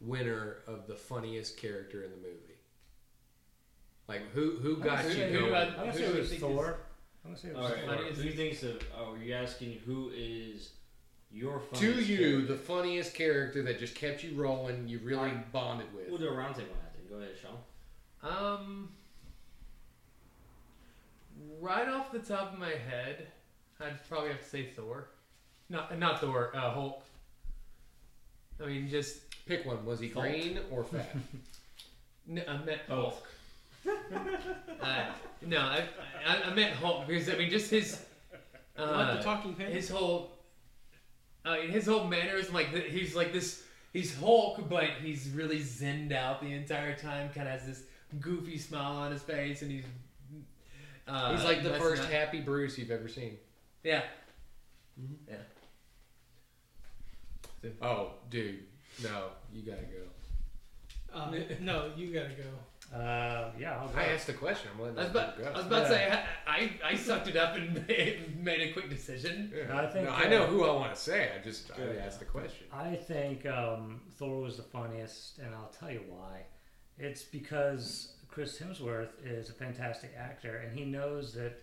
Speaker 2: winner of the funniest character in the movie? Like who who got
Speaker 4: Who-
Speaker 2: you
Speaker 4: who-
Speaker 2: going?
Speaker 5: I'm gonna
Speaker 4: who
Speaker 5: say
Speaker 4: do
Speaker 5: it
Speaker 4: you
Speaker 5: was
Speaker 4: think
Speaker 5: Thor. I'm gonna say it
Speaker 1: All
Speaker 5: was
Speaker 1: right.
Speaker 5: Thor.
Speaker 4: Funny is-
Speaker 1: Who thinks of? Oh, are you asking who is your
Speaker 2: to
Speaker 1: funniest
Speaker 2: you,
Speaker 1: character?
Speaker 2: the funniest character that just kept you rolling, you really bonded
Speaker 1: We'll
Speaker 2: with.
Speaker 1: do a roundtable after. Go ahead, Sean.
Speaker 4: Um, right off the top of my head, I'd probably have to say Thor. Not not Thor, uh, Hulk. I mean, just
Speaker 2: Pick one. Was he
Speaker 1: Thought.
Speaker 2: green or fat?
Speaker 4: n- I meant
Speaker 1: Hulk.
Speaker 4: Hulk. uh, no, I, I I meant Hulk because I mean just his.
Speaker 6: like
Speaker 4: Uh,
Speaker 6: the talking panda.
Speaker 4: his whole uh, his whole mannerism like th- he's like this he's hulk but he's really zenned out the entire time kind of has this goofy smile on his face and he's (laughs) uh,
Speaker 2: He's like the
Speaker 4: that's
Speaker 2: first
Speaker 4: not-
Speaker 2: happy Bruce you've ever seen. Mm-hmm.
Speaker 4: yeah
Speaker 2: Oh, dude, no, you gotta go.
Speaker 6: Uh, no, you gotta go.
Speaker 5: Uh, yeah, I'll go.
Speaker 2: I asked the question. I'm letting
Speaker 4: I was
Speaker 2: those
Speaker 4: about,
Speaker 2: people
Speaker 4: I
Speaker 2: go.
Speaker 4: was about to say I, I, I sucked it up and (laughs) made, made a quick decision
Speaker 2: Yeah.
Speaker 5: No, I think,
Speaker 2: No, I
Speaker 5: uh,
Speaker 2: know who I want to say. I just I
Speaker 8: Yeah.
Speaker 2: asked the question.
Speaker 5: I think um, Thor was the funniest, and I'll tell you why. It's because Chris Hemsworth is a fantastic actor, and he knows that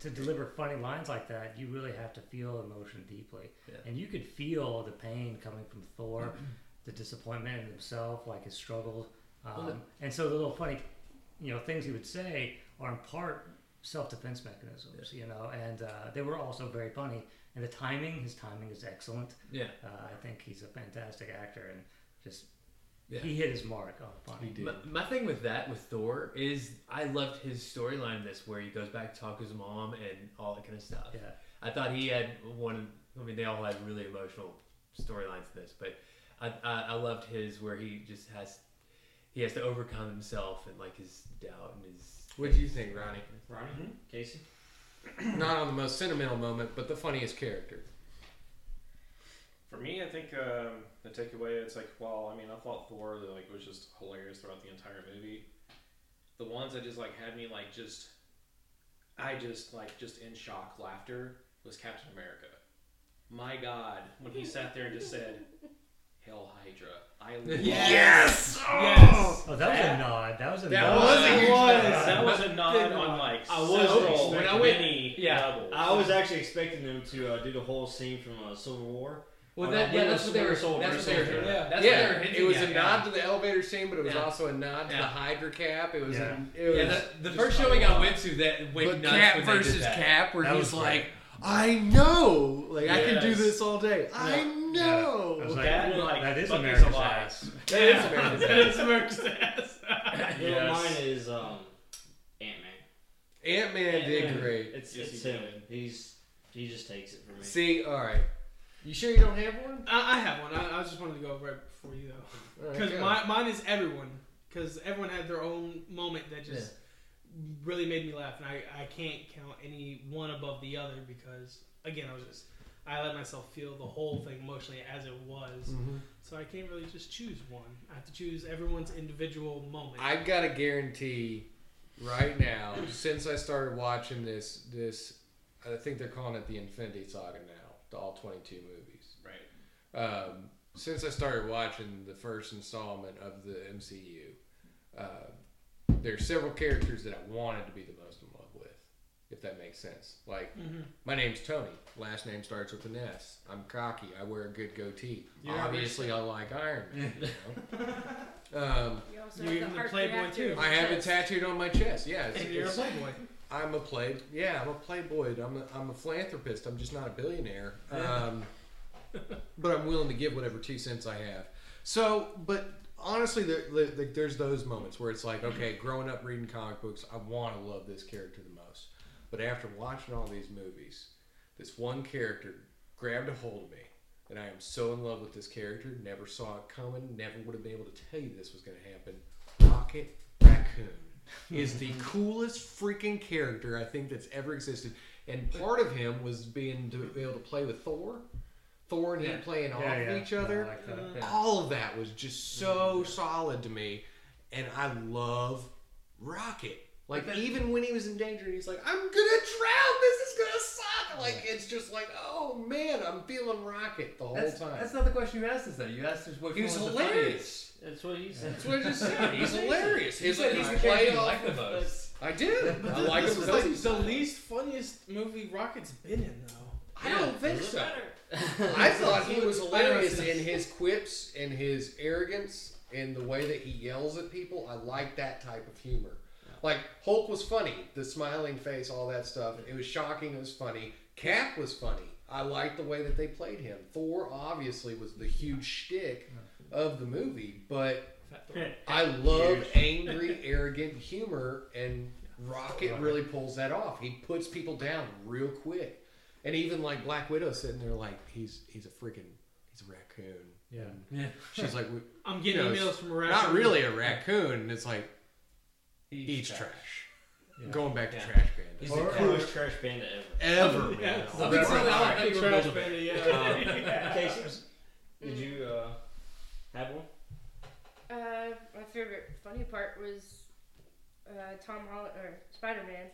Speaker 5: to deliver funny lines like that, you really have to feel emotion deeply,
Speaker 4: Yeah.
Speaker 5: and you could feel the pain coming from Thor, the disappointment in himself, like his struggle, um,
Speaker 4: Well, the-
Speaker 5: and so the little funny, you know, things he would say are in part self-defense mechanisms, you know, and uh, they were also very funny. And the timing, his timing is excellent.
Speaker 4: yeah
Speaker 5: Uh, I think he's a fantastic actor and just
Speaker 4: Yeah.
Speaker 5: he hit his mark on funny.
Speaker 2: did.
Speaker 4: My, my thing with that with Thor is I loved his storyline. in This where he goes back to talk to his mom and all that kind of stuff.
Speaker 5: Yeah.
Speaker 4: I thought he had one. I mean, they all had really emotional storylines. in This, but I, I I loved his where he just has he has to overcome himself and like his doubt and his.
Speaker 2: What do you think, Ronnie?
Speaker 1: Ronnie,
Speaker 5: Mm-hmm.
Speaker 1: Casey.
Speaker 2: Not on the most sentimental moment, but the funniest character.
Speaker 8: For me, I think um, the takeaway it's like, well, I mean, I thought Thor like was just hilarious throughout the entire movie. The ones that just like had me like just, I just like just in shock laughter was Captain America. My God, when he sat there and just said, "Hell Hydra," I (laughs) love
Speaker 6: Yes!
Speaker 8: Oh!
Speaker 5: Oh, that was
Speaker 8: That-
Speaker 5: a nod. That was a
Speaker 4: that
Speaker 5: nod.
Speaker 4: was a huge
Speaker 5: nod.
Speaker 4: nod.
Speaker 8: that was a nod
Speaker 6: Good
Speaker 8: on
Speaker 6: nod.
Speaker 8: like
Speaker 1: I was
Speaker 8: several
Speaker 4: when I went-
Speaker 8: many
Speaker 4: yeah,
Speaker 8: levels.
Speaker 1: I was actually expecting them to uh, do the whole scene from uh, Civil War.
Speaker 4: Well,
Speaker 1: Oh,
Speaker 4: that,
Speaker 1: no,
Speaker 4: yeah,
Speaker 1: we
Speaker 4: that's
Speaker 1: were
Speaker 4: what they were.
Speaker 1: Silver
Speaker 4: That's what they were.
Speaker 1: Surfer.
Speaker 6: Yeah.
Speaker 4: That's what they were
Speaker 2: yeah,
Speaker 4: hinting
Speaker 2: it was
Speaker 4: at,
Speaker 2: a
Speaker 4: yeah.
Speaker 2: nod to the elevator scene, but it was
Speaker 4: Yeah.
Speaker 2: also a nod to
Speaker 4: Yeah.
Speaker 2: the Hydra cap. It was,
Speaker 5: Yeah.
Speaker 2: a, it was
Speaker 4: Yeah, that- the
Speaker 2: just
Speaker 4: first
Speaker 2: like-
Speaker 4: showing I went to that went
Speaker 2: but
Speaker 4: nuts
Speaker 2: Cap
Speaker 4: when they did
Speaker 2: versus
Speaker 4: that.
Speaker 2: Cap, where
Speaker 5: That
Speaker 2: he's
Speaker 5: was great.
Speaker 2: like, "I know, like I can do
Speaker 8: Yes.
Speaker 2: this all day. I know."
Speaker 5: I was like,
Speaker 8: That,
Speaker 5: "Ooh,
Speaker 8: like,
Speaker 5: that is
Speaker 8: fuck is
Speaker 5: America's
Speaker 8: alive."
Speaker 5: ass.
Speaker 2: That is America's
Speaker 6: that
Speaker 2: ass.
Speaker 6: is America's ass.
Speaker 1: You know, mine is um, Ant Man.
Speaker 2: Ant Man did great.
Speaker 1: It's,
Speaker 8: Yes,
Speaker 1: it's
Speaker 8: he
Speaker 1: him.
Speaker 8: did.
Speaker 1: He's he just takes it from me.
Speaker 2: See, all right. You sure you don't have one?
Speaker 6: I, I have one. I, I just wanted to go right before you though,
Speaker 2: All right,
Speaker 6: because
Speaker 2: go.
Speaker 6: my, mine is everyone. Because everyone had their own moment that just really made me laugh, and I, I can't count any one above the other because again I was just I let myself feel the whole thing emotionally as it was,
Speaker 2: Mhm.
Speaker 6: so I can't really just choose one. I have to choose everyone's individual moment.
Speaker 2: I've got to guarantee right now, since I started watching this, this I think they're calling it the Infinity Saga now, the all 22 movies.
Speaker 8: Right.
Speaker 2: Um, since I started watching the first installment of the um, MCU, uh, there are several characters that I wanted to be the most in love with. if that makes sense. Like,
Speaker 6: Mm-hmm.
Speaker 2: my name's Tony. Last name starts with an S. I'm cocky. I wear a good goatee.
Speaker 1: You're
Speaker 2: Obviously, I like Iron Man. You know? um,
Speaker 7: You also
Speaker 6: You're
Speaker 7: have
Speaker 6: even
Speaker 7: the
Speaker 6: a
Speaker 7: heart
Speaker 6: playboy,
Speaker 7: reactor
Speaker 6: too.
Speaker 7: in
Speaker 2: I
Speaker 7: your
Speaker 2: have it
Speaker 7: chest.
Speaker 2: tattooed on my chest. Yeah, it's,
Speaker 6: And you're a
Speaker 2: it's- (laughs)
Speaker 6: playboy.
Speaker 2: I'm a play. Yeah, I'm a playboy. I'm a, I'm a philanthropist. I'm just not a billionaire. Um, but I'm willing to give whatever two cents I have. So, but honestly, there, there- like, there's those moments where it's like,
Speaker 4: Mm-hmm.
Speaker 2: okay, growing up reading comic books, I want to love this character the most. But after watching all these movies, this one character grabbed a hold of me, and I am so in love with this character. Never saw it coming. Never would have been able to tell you this was going to happen. Rocket
Speaker 4: (laughs)
Speaker 2: Raccoon is the coolest freaking character I think that's ever existed. And part of him was being to be able to play with Thor. Thor and him
Speaker 4: Yeah.
Speaker 2: playing off
Speaker 5: yeah, yeah.
Speaker 2: each other. Uh,
Speaker 5: I like that.
Speaker 4: Yeah.
Speaker 2: All of that was just so solid to me. And I love Rocket. Like
Speaker 4: But then-
Speaker 2: even when he was in danger, he's like, "I'm gonna drown. This is gonna suck." Like it's just like, "Oh man, I'm feeling Rocket the whole
Speaker 4: That's,
Speaker 2: time."
Speaker 4: that's not the question you asked us though. You asked us what
Speaker 2: he was
Speaker 4: film the funniest.
Speaker 2: hilarious.
Speaker 1: That's what he said.
Speaker 2: That's what I
Speaker 1: (laughs)
Speaker 2: just said. He's hilarious.
Speaker 4: You
Speaker 2: He's
Speaker 4: said
Speaker 2: like
Speaker 4: he's
Speaker 2: he's
Speaker 4: the
Speaker 2: playing
Speaker 4: character you
Speaker 2: off
Speaker 4: like the most.
Speaker 2: I did.
Speaker 6: But
Speaker 2: I
Speaker 6: this,
Speaker 2: like
Speaker 6: this
Speaker 2: him
Speaker 6: was
Speaker 2: because
Speaker 6: like
Speaker 2: he's
Speaker 6: the
Speaker 2: so-
Speaker 6: least funniest movie Rocket's been in, though.
Speaker 2: I don't think
Speaker 1: Is it
Speaker 2: so.
Speaker 1: better?
Speaker 2: (laughs) I thought he was
Speaker 6: I don't
Speaker 2: hilarious
Speaker 6: think-
Speaker 2: in his quips and his arrogance and the way that he yells at people. I like that type of humor. Like Hulk was funny, the smiling face, all that stuff. It was shocking. It was funny. Cap was funny. I liked the way that they played him. Thor obviously was the huge shtick of the movie, but I love angry, arrogant humor, and Rocket really pulls that off. He puts people down real quick, and even like Black Widow sitting there, like he's he's a freaking he's a raccoon.
Speaker 5: Yeah.
Speaker 4: Yeah.
Speaker 2: She's like, "We-
Speaker 1: (laughs)
Speaker 6: I'm getting
Speaker 2: You know,
Speaker 6: emails from a
Speaker 2: not
Speaker 6: raccoon.
Speaker 2: really a raccoon, and it's like
Speaker 4: He's
Speaker 2: eats
Speaker 4: trash.
Speaker 2: trash. Going back to
Speaker 1: Yeah.
Speaker 2: trash
Speaker 1: He's
Speaker 2: can
Speaker 1: the
Speaker 5: Or-
Speaker 1: coolest trash band ever.
Speaker 2: ever, man.
Speaker 4: Oh, that's
Speaker 2: Right.
Speaker 4: not- I thought you were
Speaker 6: Trash
Speaker 4: building-
Speaker 6: band,
Speaker 1: (laughs) Uh,
Speaker 6: yeah.
Speaker 1: Casey, did you uh, have one?
Speaker 7: Uh, my favorite funny part was uh, Tom Holland or Spider Man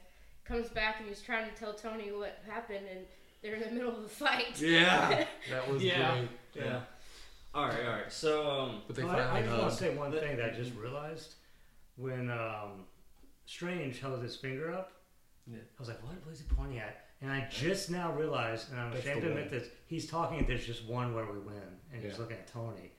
Speaker 7: comes back and he's trying to tell Tony what happened, and they're in the middle of a fight.
Speaker 2: Yeah, that was
Speaker 6: Yeah.
Speaker 2: great.
Speaker 1: Yeah. All right, all right. So, um,
Speaker 2: But they
Speaker 5: Well,
Speaker 2: finally
Speaker 5: I, I just want to
Speaker 2: hugged.
Speaker 5: say one
Speaker 1: But-
Speaker 5: thing that I just realized when um, Strange held his finger up.
Speaker 4: Yeah.
Speaker 5: I was like, what, what is he pointing at? And I just now realized, and I'm
Speaker 2: That's
Speaker 5: ashamed
Speaker 2: the
Speaker 5: to admit
Speaker 2: win.
Speaker 5: this, he's talking that there's just one where we win, and he's
Speaker 2: Yeah.
Speaker 5: looking at Tony.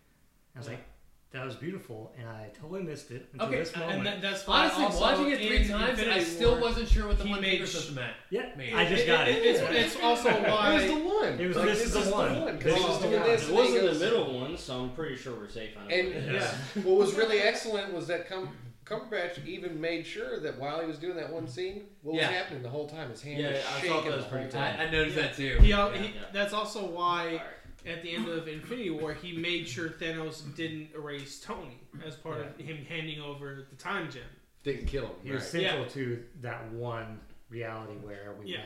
Speaker 5: I was
Speaker 1: Yeah.
Speaker 5: like, that was beautiful, and I totally missed it until
Speaker 4: Okay,
Speaker 5: this
Speaker 4: and
Speaker 5: moment.
Speaker 6: And that, that's why
Speaker 4: Honestly,
Speaker 6: also
Speaker 4: watching it three
Speaker 6: in
Speaker 4: times, I
Speaker 6: Infinity
Speaker 4: still
Speaker 6: War-
Speaker 4: wasn't sure what the
Speaker 6: he
Speaker 4: one
Speaker 6: made
Speaker 4: finger
Speaker 6: sh-
Speaker 4: system meant.
Speaker 5: yeah,
Speaker 4: Man.
Speaker 5: I just got it.
Speaker 6: It's, it's also
Speaker 2: It was the
Speaker 6: why.
Speaker 2: one.
Speaker 5: It was-
Speaker 2: Like,
Speaker 5: this is
Speaker 2: This
Speaker 5: the one. This
Speaker 2: is
Speaker 5: is
Speaker 2: the
Speaker 5: the
Speaker 2: one.
Speaker 5: one.
Speaker 2: This
Speaker 1: it was in the
Speaker 2: wasn't the
Speaker 1: middle one, so I'm pretty sure we're safe. on it.
Speaker 2: And-
Speaker 6: Yeah.
Speaker 2: What was really excellent was that Cum- Cumberbatch even made sure that while he was doing that one scene, what
Speaker 4: Yeah.
Speaker 2: was happening the whole time? His hand
Speaker 1: Yeah,
Speaker 2: was
Speaker 1: I thought
Speaker 2: shaking.
Speaker 1: that was
Speaker 2: the
Speaker 1: pretty
Speaker 2: whole
Speaker 1: tight.
Speaker 2: time.
Speaker 4: I, I noticed that too.
Speaker 6: He, al- he,
Speaker 1: Yeah.
Speaker 6: That's also
Speaker 1: All
Speaker 6: why
Speaker 1: right.
Speaker 6: at the end of Infinity War, he made sure Thanos didn't erase Tony as part of him handing over the time gem.
Speaker 2: Didn't kill him.
Speaker 5: (laughs) He was
Speaker 2: Right.
Speaker 5: central to that one reality where we
Speaker 6: Yeah.
Speaker 5: win.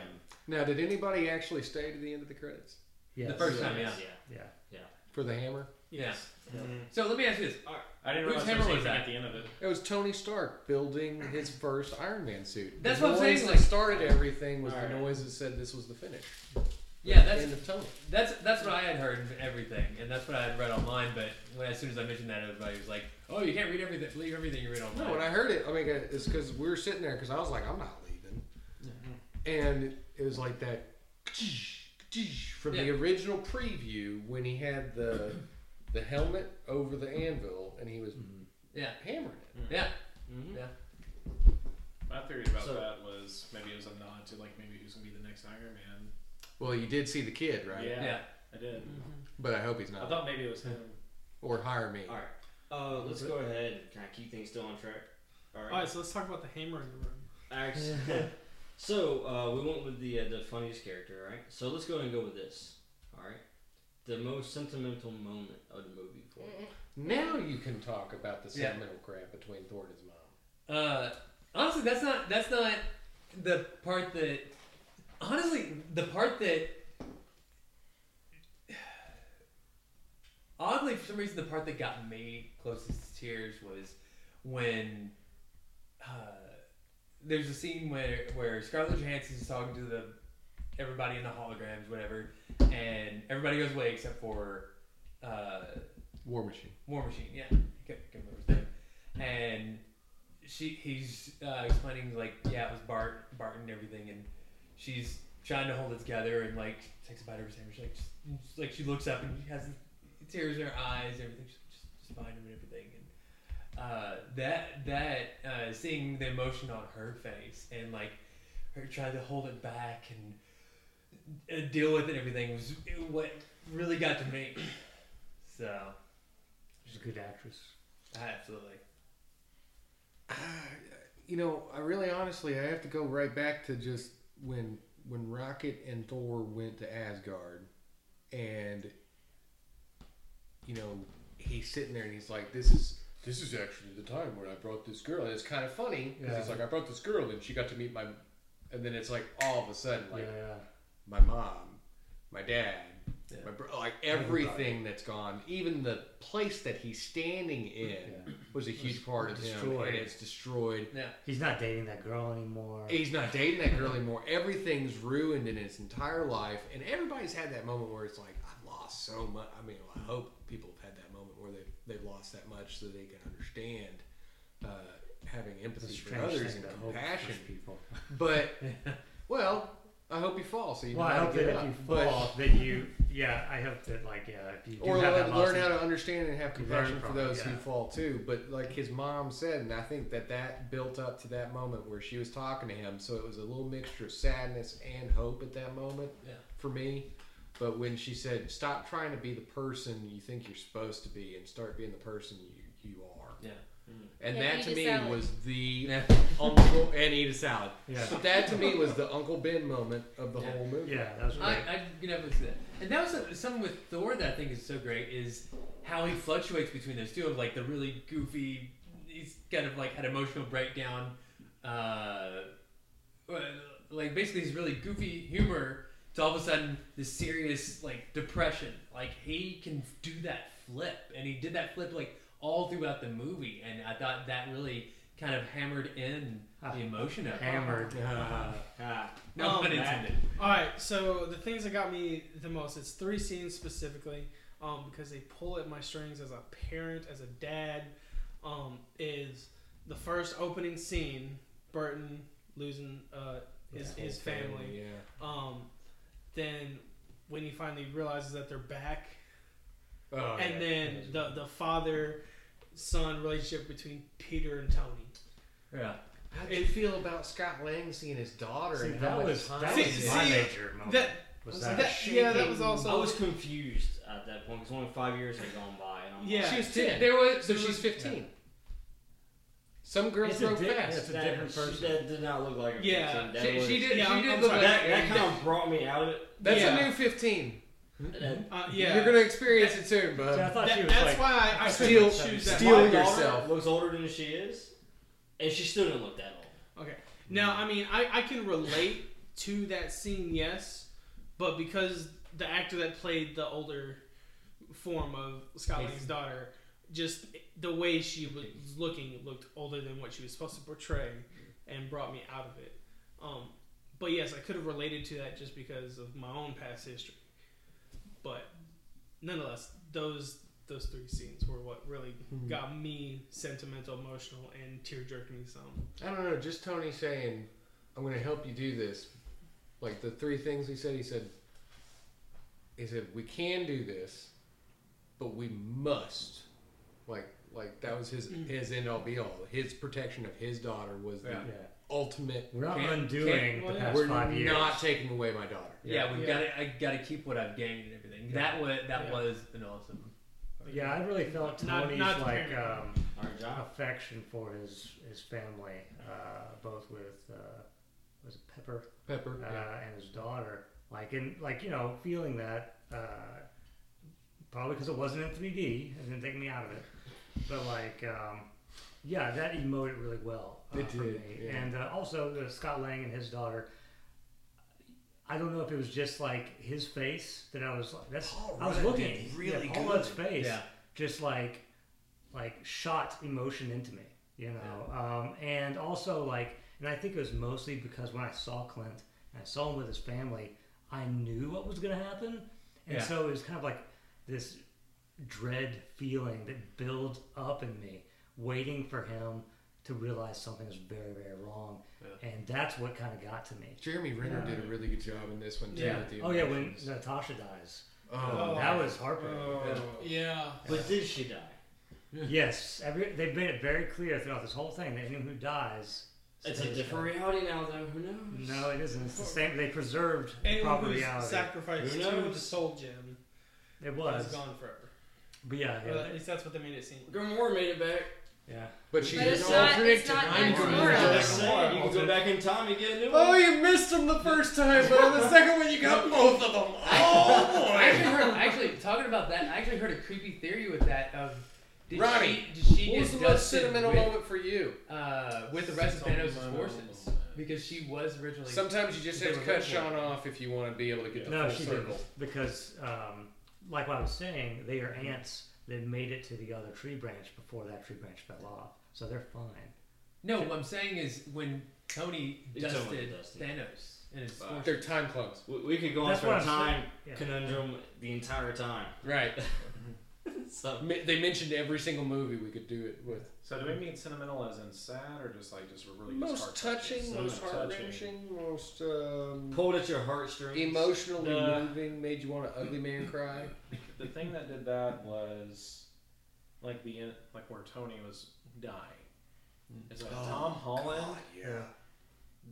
Speaker 2: Now, did anybody actually stay to the end of the credits
Speaker 5: Yes.
Speaker 4: The first time, yeah.
Speaker 1: Yeah.
Speaker 5: Yeah.
Speaker 2: for the hammer?
Speaker 4: Yes.
Speaker 2: Mm-hmm.
Speaker 4: So let me ask you this.
Speaker 8: I didn't
Speaker 4: Whose
Speaker 8: realize there was
Speaker 4: hammer was
Speaker 8: anything
Speaker 4: that?
Speaker 8: at the end of it.
Speaker 2: It was Tony Stark building his first Iron Man suit.
Speaker 4: That's
Speaker 2: the
Speaker 4: what I'm
Speaker 2: noise
Speaker 4: saying,
Speaker 2: That
Speaker 4: like-
Speaker 2: started everything was
Speaker 1: Alright.
Speaker 2: the noise that said this was the finish.
Speaker 4: Yeah,
Speaker 2: The
Speaker 4: that's
Speaker 2: end of Tony.
Speaker 4: That's that's what I had heard of everything, and that's what I had read online. But when, as soon as I mentioned that, everybody was like, "Oh, you can't read everything. Believe everything you read online."
Speaker 2: No, when I heard it, I mean, it's because we were sitting there because I was like, I'm not leaving.
Speaker 4: Mm-hmm.
Speaker 2: And it was like that from the
Speaker 4: Yeah.
Speaker 2: original preview when he had the the helmet over the anvil and he was
Speaker 4: Mm-hmm. Yeah.
Speaker 2: hammering it.
Speaker 4: yeah,
Speaker 1: Mhm.
Speaker 8: My theory about
Speaker 1: So-
Speaker 8: that was maybe it was a nod to like maybe who's gonna be the next Iron Man.
Speaker 2: Well, you did see the kid, right?
Speaker 8: Yeah, Mm-hmm.
Speaker 4: yeah.
Speaker 8: I did.
Speaker 4: Mm-hmm.
Speaker 2: But I hope he's
Speaker 8: I
Speaker 2: not.
Speaker 8: thought maybe it was him.
Speaker 2: Or hire me.
Speaker 1: All right. Uh, let's go ahead and kind of keep things still on track. All right.
Speaker 6: All right, so let's talk about the hammer in the room.
Speaker 1: Acts. (laughs) so uh, we went with the uh, the funniest character, right? So let's go ahead and go with this. All right. The most sentimental moment of the movie for me.
Speaker 2: Now you can talk about the
Speaker 4: Yeah.
Speaker 2: sentimental crap between Thor and his mom.
Speaker 4: Uh, honestly, that's not that's not the part that. Honestly, the part that. Oddly, for some reason, the part that got me closest to tears was when. Uh, there's a scene where where Scarlett Johansson's talking to the everybody in the holograms, whatever, and everybody goes away except for. Uh,
Speaker 2: War Machine.
Speaker 4: War Machine, yeah. I can't, I can't remember his name. And she he's uh, explaining like yeah it was Bart Barton and everything and she's trying to hold it together and like takes a bite of her sandwich like just, just, like she looks up and she has tears in her eyes everything she's just just fine and everything and uh, that that uh, seeing the emotion on her face and like her trying to hold it back and uh, deal with it and everything was what really got to me (clears throat) so
Speaker 5: She's a good actress.
Speaker 4: absolutely
Speaker 2: Ah, you know, I really honestly I have to go right back to just when when Rocket and Thor went to Asgard and you know, he's sitting there and he's like, This is this is actually the time when I brought this girl and it's kinda funny because it's
Speaker 5: Yeah.
Speaker 2: like I brought this girl and she got to meet my and then it's like all of a sudden like
Speaker 5: yeah.
Speaker 2: my mom, my dad,
Speaker 4: Yeah.
Speaker 2: my bro- like everything that's gone, even the place that he's standing in
Speaker 5: Yeah.
Speaker 2: was a huge part of him,
Speaker 5: destroyed.
Speaker 2: and it's destroyed.
Speaker 5: He's not dating that girl anymore.
Speaker 2: He's not dating that girl anymore. Everything's ruined in his entire life, and everybody's had that moment where it's like, I've lost so much. I mean, I hope people have had that moment where they've they've lost that much so they can understand uh, having
Speaker 5: It's a
Speaker 2: empathy for
Speaker 5: strange
Speaker 2: others
Speaker 5: thing
Speaker 2: and
Speaker 5: to hope for
Speaker 2: compassion.
Speaker 5: people. (laughs)
Speaker 2: But well, I hope you fall so you know
Speaker 5: Well, I
Speaker 2: how
Speaker 5: hope
Speaker 2: to get
Speaker 5: that if
Speaker 2: up.
Speaker 5: you
Speaker 2: But-
Speaker 5: fall, that you, yeah, I hope that like, yeah, if you do
Speaker 2: or
Speaker 5: have that
Speaker 2: learn,
Speaker 5: loss,
Speaker 2: learn how to understand and have
Speaker 5: You learn
Speaker 2: compassion for
Speaker 5: from it,
Speaker 2: those who
Speaker 5: yeah.
Speaker 2: fall too. But like his mom said, and I think that that built up to that moment where she was talking to him. So it was a little mixture of sadness and hope at that moment
Speaker 4: Yeah.
Speaker 2: for me. But when she said, "Stop trying to be the person you think you're supposed to be, and start being the person you you are,"
Speaker 4: Yeah.
Speaker 1: Mm.
Speaker 2: and
Speaker 7: Yeah,
Speaker 2: that
Speaker 7: eat
Speaker 2: to
Speaker 7: a
Speaker 2: me
Speaker 7: salad.
Speaker 2: was
Speaker 5: (laughs)
Speaker 2: the
Speaker 4: yeah
Speaker 2: uncle and eat a salad.
Speaker 5: Yeah.
Speaker 2: But that to me was the Uncle Ben moment of the
Speaker 4: Yeah.
Speaker 2: whole movie.
Speaker 5: yeah, that was
Speaker 4: I,
Speaker 5: great.
Speaker 4: I can definitely see that. And that was some- something with Thor that I think is so great is how he fluctuates between those two of like the really goofy, he's kind of like had emotional breakdown, uh, well, like basically his really goofy humor to all of a sudden this serious like depression. Like he can do that flip, and he did that flip like all throughout the movie, and I thought that really kind of hammered in the emotion of it. Uh-huh.
Speaker 5: Hammered.
Speaker 2: Uh,
Speaker 8: Ah,
Speaker 4: No
Speaker 6: Oh,
Speaker 4: pun
Speaker 6: man.
Speaker 4: intended.
Speaker 6: All right, so the things that got me the most, it's three scenes specifically, um, because they pull at my strings as a parent, as a dad, um, is the first opening scene, Burton losing uh, his,
Speaker 2: whole
Speaker 6: his family.
Speaker 2: yeah.
Speaker 6: Um, then when he finally realizes that they're back,
Speaker 2: Oh,
Speaker 6: and
Speaker 2: yeah.
Speaker 6: then the, the father-son relationship between Peter and Tony.
Speaker 4: Yeah.
Speaker 2: How did you feel about Scott Lang seeing his daughter
Speaker 5: See,
Speaker 2: and
Speaker 5: that
Speaker 2: how
Speaker 5: was
Speaker 2: much
Speaker 5: that
Speaker 2: time
Speaker 5: was
Speaker 6: See,
Speaker 5: my
Speaker 6: see,
Speaker 5: major moment.
Speaker 6: that-
Speaker 5: was
Speaker 2: was
Speaker 5: that?
Speaker 2: like-
Speaker 6: That- yeah, that was
Speaker 2: shaking.
Speaker 6: also...
Speaker 1: I was confused at that point because only five years had gone by, and I'm like,
Speaker 6: Yeah.
Speaker 2: she was
Speaker 4: She-
Speaker 2: ten?
Speaker 4: There was
Speaker 2: so
Speaker 4: there
Speaker 2: she's
Speaker 4: was-
Speaker 2: fifteen. Some girls
Speaker 5: It's a
Speaker 2: grow
Speaker 5: dick-
Speaker 2: fast.
Speaker 5: It's a different
Speaker 1: she-
Speaker 5: person.
Speaker 1: That did not look like a
Speaker 6: Yeah,
Speaker 1: person. That
Speaker 4: She,
Speaker 1: was,
Speaker 4: she did.
Speaker 6: Yeah,
Speaker 4: she
Speaker 6: I'm-
Speaker 4: did
Speaker 6: I'm
Speaker 4: look
Speaker 6: sorry.
Speaker 4: like
Speaker 1: That,
Speaker 4: Aaron
Speaker 1: that kind
Speaker 4: Dale.
Speaker 1: of brought me out of it.
Speaker 2: That's
Speaker 6: Yeah.
Speaker 2: a new fifteen.
Speaker 1: That-
Speaker 6: Uh, yeah.
Speaker 2: You're gonna experience it soon, bud.
Speaker 5: See, I thought she
Speaker 6: That-
Speaker 5: was
Speaker 6: that's
Speaker 5: like,
Speaker 6: why I, I
Speaker 2: Steal-
Speaker 6: steal, choose that.
Speaker 2: steal
Speaker 1: my
Speaker 2: your-
Speaker 1: daughter
Speaker 2: yourself.
Speaker 1: Looks older than she is, and she still didn't look that old.
Speaker 6: Okay. Now, I mean, I, I can relate to that scene, yes, but because the actor that played the older form of Scott Lang's daughter, just the way she was looking looked older than what she was supposed to portray and brought me out of it. Um, but yes, I could have related to that just because of my own past history. But nonetheless, those those three scenes were what really
Speaker 2: Hmm.
Speaker 6: got me sentimental, emotional, and tear jerked me some.
Speaker 2: I don't know. Just Tony saying, "I'm gonna help you do this." Like the three things he said. He said, "He said we can do this, but we must." Like, like that was his
Speaker 5: Mm.
Speaker 2: his end all be all. His protection of his daughter was the
Speaker 4: Yeah.
Speaker 5: yeah.
Speaker 2: ultimate
Speaker 5: We're not
Speaker 4: Can't-
Speaker 5: undoing
Speaker 4: can't-
Speaker 5: the
Speaker 6: well,
Speaker 5: past
Speaker 2: We're
Speaker 5: five years.
Speaker 2: not taking away my daughter.
Speaker 4: Yeah,
Speaker 5: Yeah.
Speaker 4: we've
Speaker 6: Yeah.
Speaker 4: got to. I got to keep what I've gained and everything. That was that
Speaker 6: Yeah.
Speaker 4: was an awesome.
Speaker 5: Yeah, I really felt
Speaker 6: Not-
Speaker 5: Tony's
Speaker 6: not
Speaker 5: like
Speaker 6: parent.
Speaker 5: um,
Speaker 1: Our job.
Speaker 5: affection for his his family, uh, both with uh, was it Pepper
Speaker 2: Pepper.
Speaker 5: uh, and his daughter, like in like you know feeling that uh, probably because it wasn't in 3D, it didn't take me out of it, but like um, yeah, that emoted really well uh,
Speaker 2: It
Speaker 5: for
Speaker 2: did,
Speaker 5: me,
Speaker 2: yeah.
Speaker 5: and uh, also the Scott Lang and his daughter. I don't know if it was just like his face that I was like that's
Speaker 2: Paul
Speaker 5: I was
Speaker 2: Rudd
Speaker 5: looking
Speaker 2: did
Speaker 5: at
Speaker 2: really
Speaker 5: yeah, Paul Rudd's face
Speaker 4: Yeah.
Speaker 5: just like like shot emotion into me, you know. Um, and also like, and I think it was mostly because when I saw Clint and I saw him with his family, I knew what was going to happen, and
Speaker 4: Yeah.
Speaker 5: so it was kind of like this dread feeling that built up in me, waiting for him to realize something is very, very wrong.
Speaker 8: Yeah.
Speaker 5: And that's what kind of got to me.
Speaker 2: Jeremy Renner
Speaker 8: Yeah.
Speaker 2: did a really good job in this one too.
Speaker 6: Yeah.
Speaker 2: With the
Speaker 5: Oh yeah, when
Speaker 2: emotions.
Speaker 5: Natasha dies,
Speaker 2: oh,
Speaker 5: that was heartbreaking.
Speaker 8: Oh.
Speaker 6: Yeah.
Speaker 1: But did she die?
Speaker 5: Yes, every, they've made it very clear throughout this whole thing that anyone who dies.
Speaker 1: It's a
Speaker 5: stays
Speaker 1: different
Speaker 5: dead.
Speaker 1: reality now, though. Who knows?
Speaker 5: No, it isn't. It's the same. They preserved the
Speaker 6: Anyone
Speaker 5: proper
Speaker 6: who's
Speaker 5: reality.
Speaker 6: sacrificed
Speaker 1: Who
Speaker 6: to
Speaker 1: knows?
Speaker 6: the soul gem
Speaker 5: it
Speaker 6: is
Speaker 5: was,
Speaker 6: gone forever.
Speaker 5: but yeah,
Speaker 6: Or
Speaker 5: yeah,
Speaker 6: at least that's what they made it seem. like.
Speaker 1: Gamora made it back.
Speaker 5: yeah.
Speaker 2: but she's
Speaker 7: (laughs) But
Speaker 2: an
Speaker 7: it's
Speaker 2: (laughs)
Speaker 7: not-
Speaker 2: alternate
Speaker 7: it's
Speaker 2: to
Speaker 7: not
Speaker 2: Nine
Speaker 7: Gamora.
Speaker 2: Girls.
Speaker 1: Just saying, you can go back in time and get a new one.
Speaker 2: Oh, you missed them the first time, but on the second one you
Speaker 4: (laughs)
Speaker 2: got both of them. Oh
Speaker 4: I
Speaker 2: boy!
Speaker 4: actually heard. Actually, talking about that, I actually heard a creepy theory with that. Of did
Speaker 2: Ronnie,
Speaker 4: she, did she
Speaker 2: What was
Speaker 4: get
Speaker 2: the most
Speaker 4: dusted
Speaker 2: sentimental
Speaker 4: with,
Speaker 2: moment for you?
Speaker 4: uh, with the rest of
Speaker 8: Sentimental
Speaker 4: Thanos' forces?
Speaker 8: moment.
Speaker 4: Because she was originally.
Speaker 2: Sometimes you just
Speaker 4: they
Speaker 2: have to
Speaker 4: were
Speaker 2: cut
Speaker 4: going for
Speaker 2: Sean
Speaker 4: it.
Speaker 2: off if you want to be able to get the
Speaker 5: No,
Speaker 2: full
Speaker 5: she
Speaker 2: circle.
Speaker 5: didn't, because um, like what I was saying, they are ants that made it to the other tree branch before that tree branch fell off, so they're fine.
Speaker 4: no, what I'm saying is when Tony
Speaker 1: It's totally
Speaker 4: dusted
Speaker 1: dusted.
Speaker 4: Thanos and his
Speaker 1: Wow.
Speaker 4: forces.
Speaker 2: They're time clones,
Speaker 1: We, we could go on
Speaker 5: That's
Speaker 1: for
Speaker 5: what
Speaker 1: a
Speaker 5: I'm
Speaker 1: time
Speaker 5: saying. Yeah.
Speaker 1: conundrum the entire time.
Speaker 2: right?
Speaker 1: (laughs) So
Speaker 2: Mi- They mentioned every single movie we could do it with.
Speaker 8: So do we mean sentimental as in sad, or just like just really just
Speaker 2: Most
Speaker 8: heart-touching?
Speaker 2: touching,
Speaker 1: So
Speaker 2: most
Speaker 8: touching.
Speaker 2: heart wrenching, most um,
Speaker 1: pulled at your heartstrings.
Speaker 2: emotionally
Speaker 8: Uh,
Speaker 2: moving. Made you want to ugly man cry.
Speaker 8: The thing that did that was like the end- like where Tony was dying. It's like
Speaker 2: Oh,
Speaker 8: Tom Holland.
Speaker 2: yeah.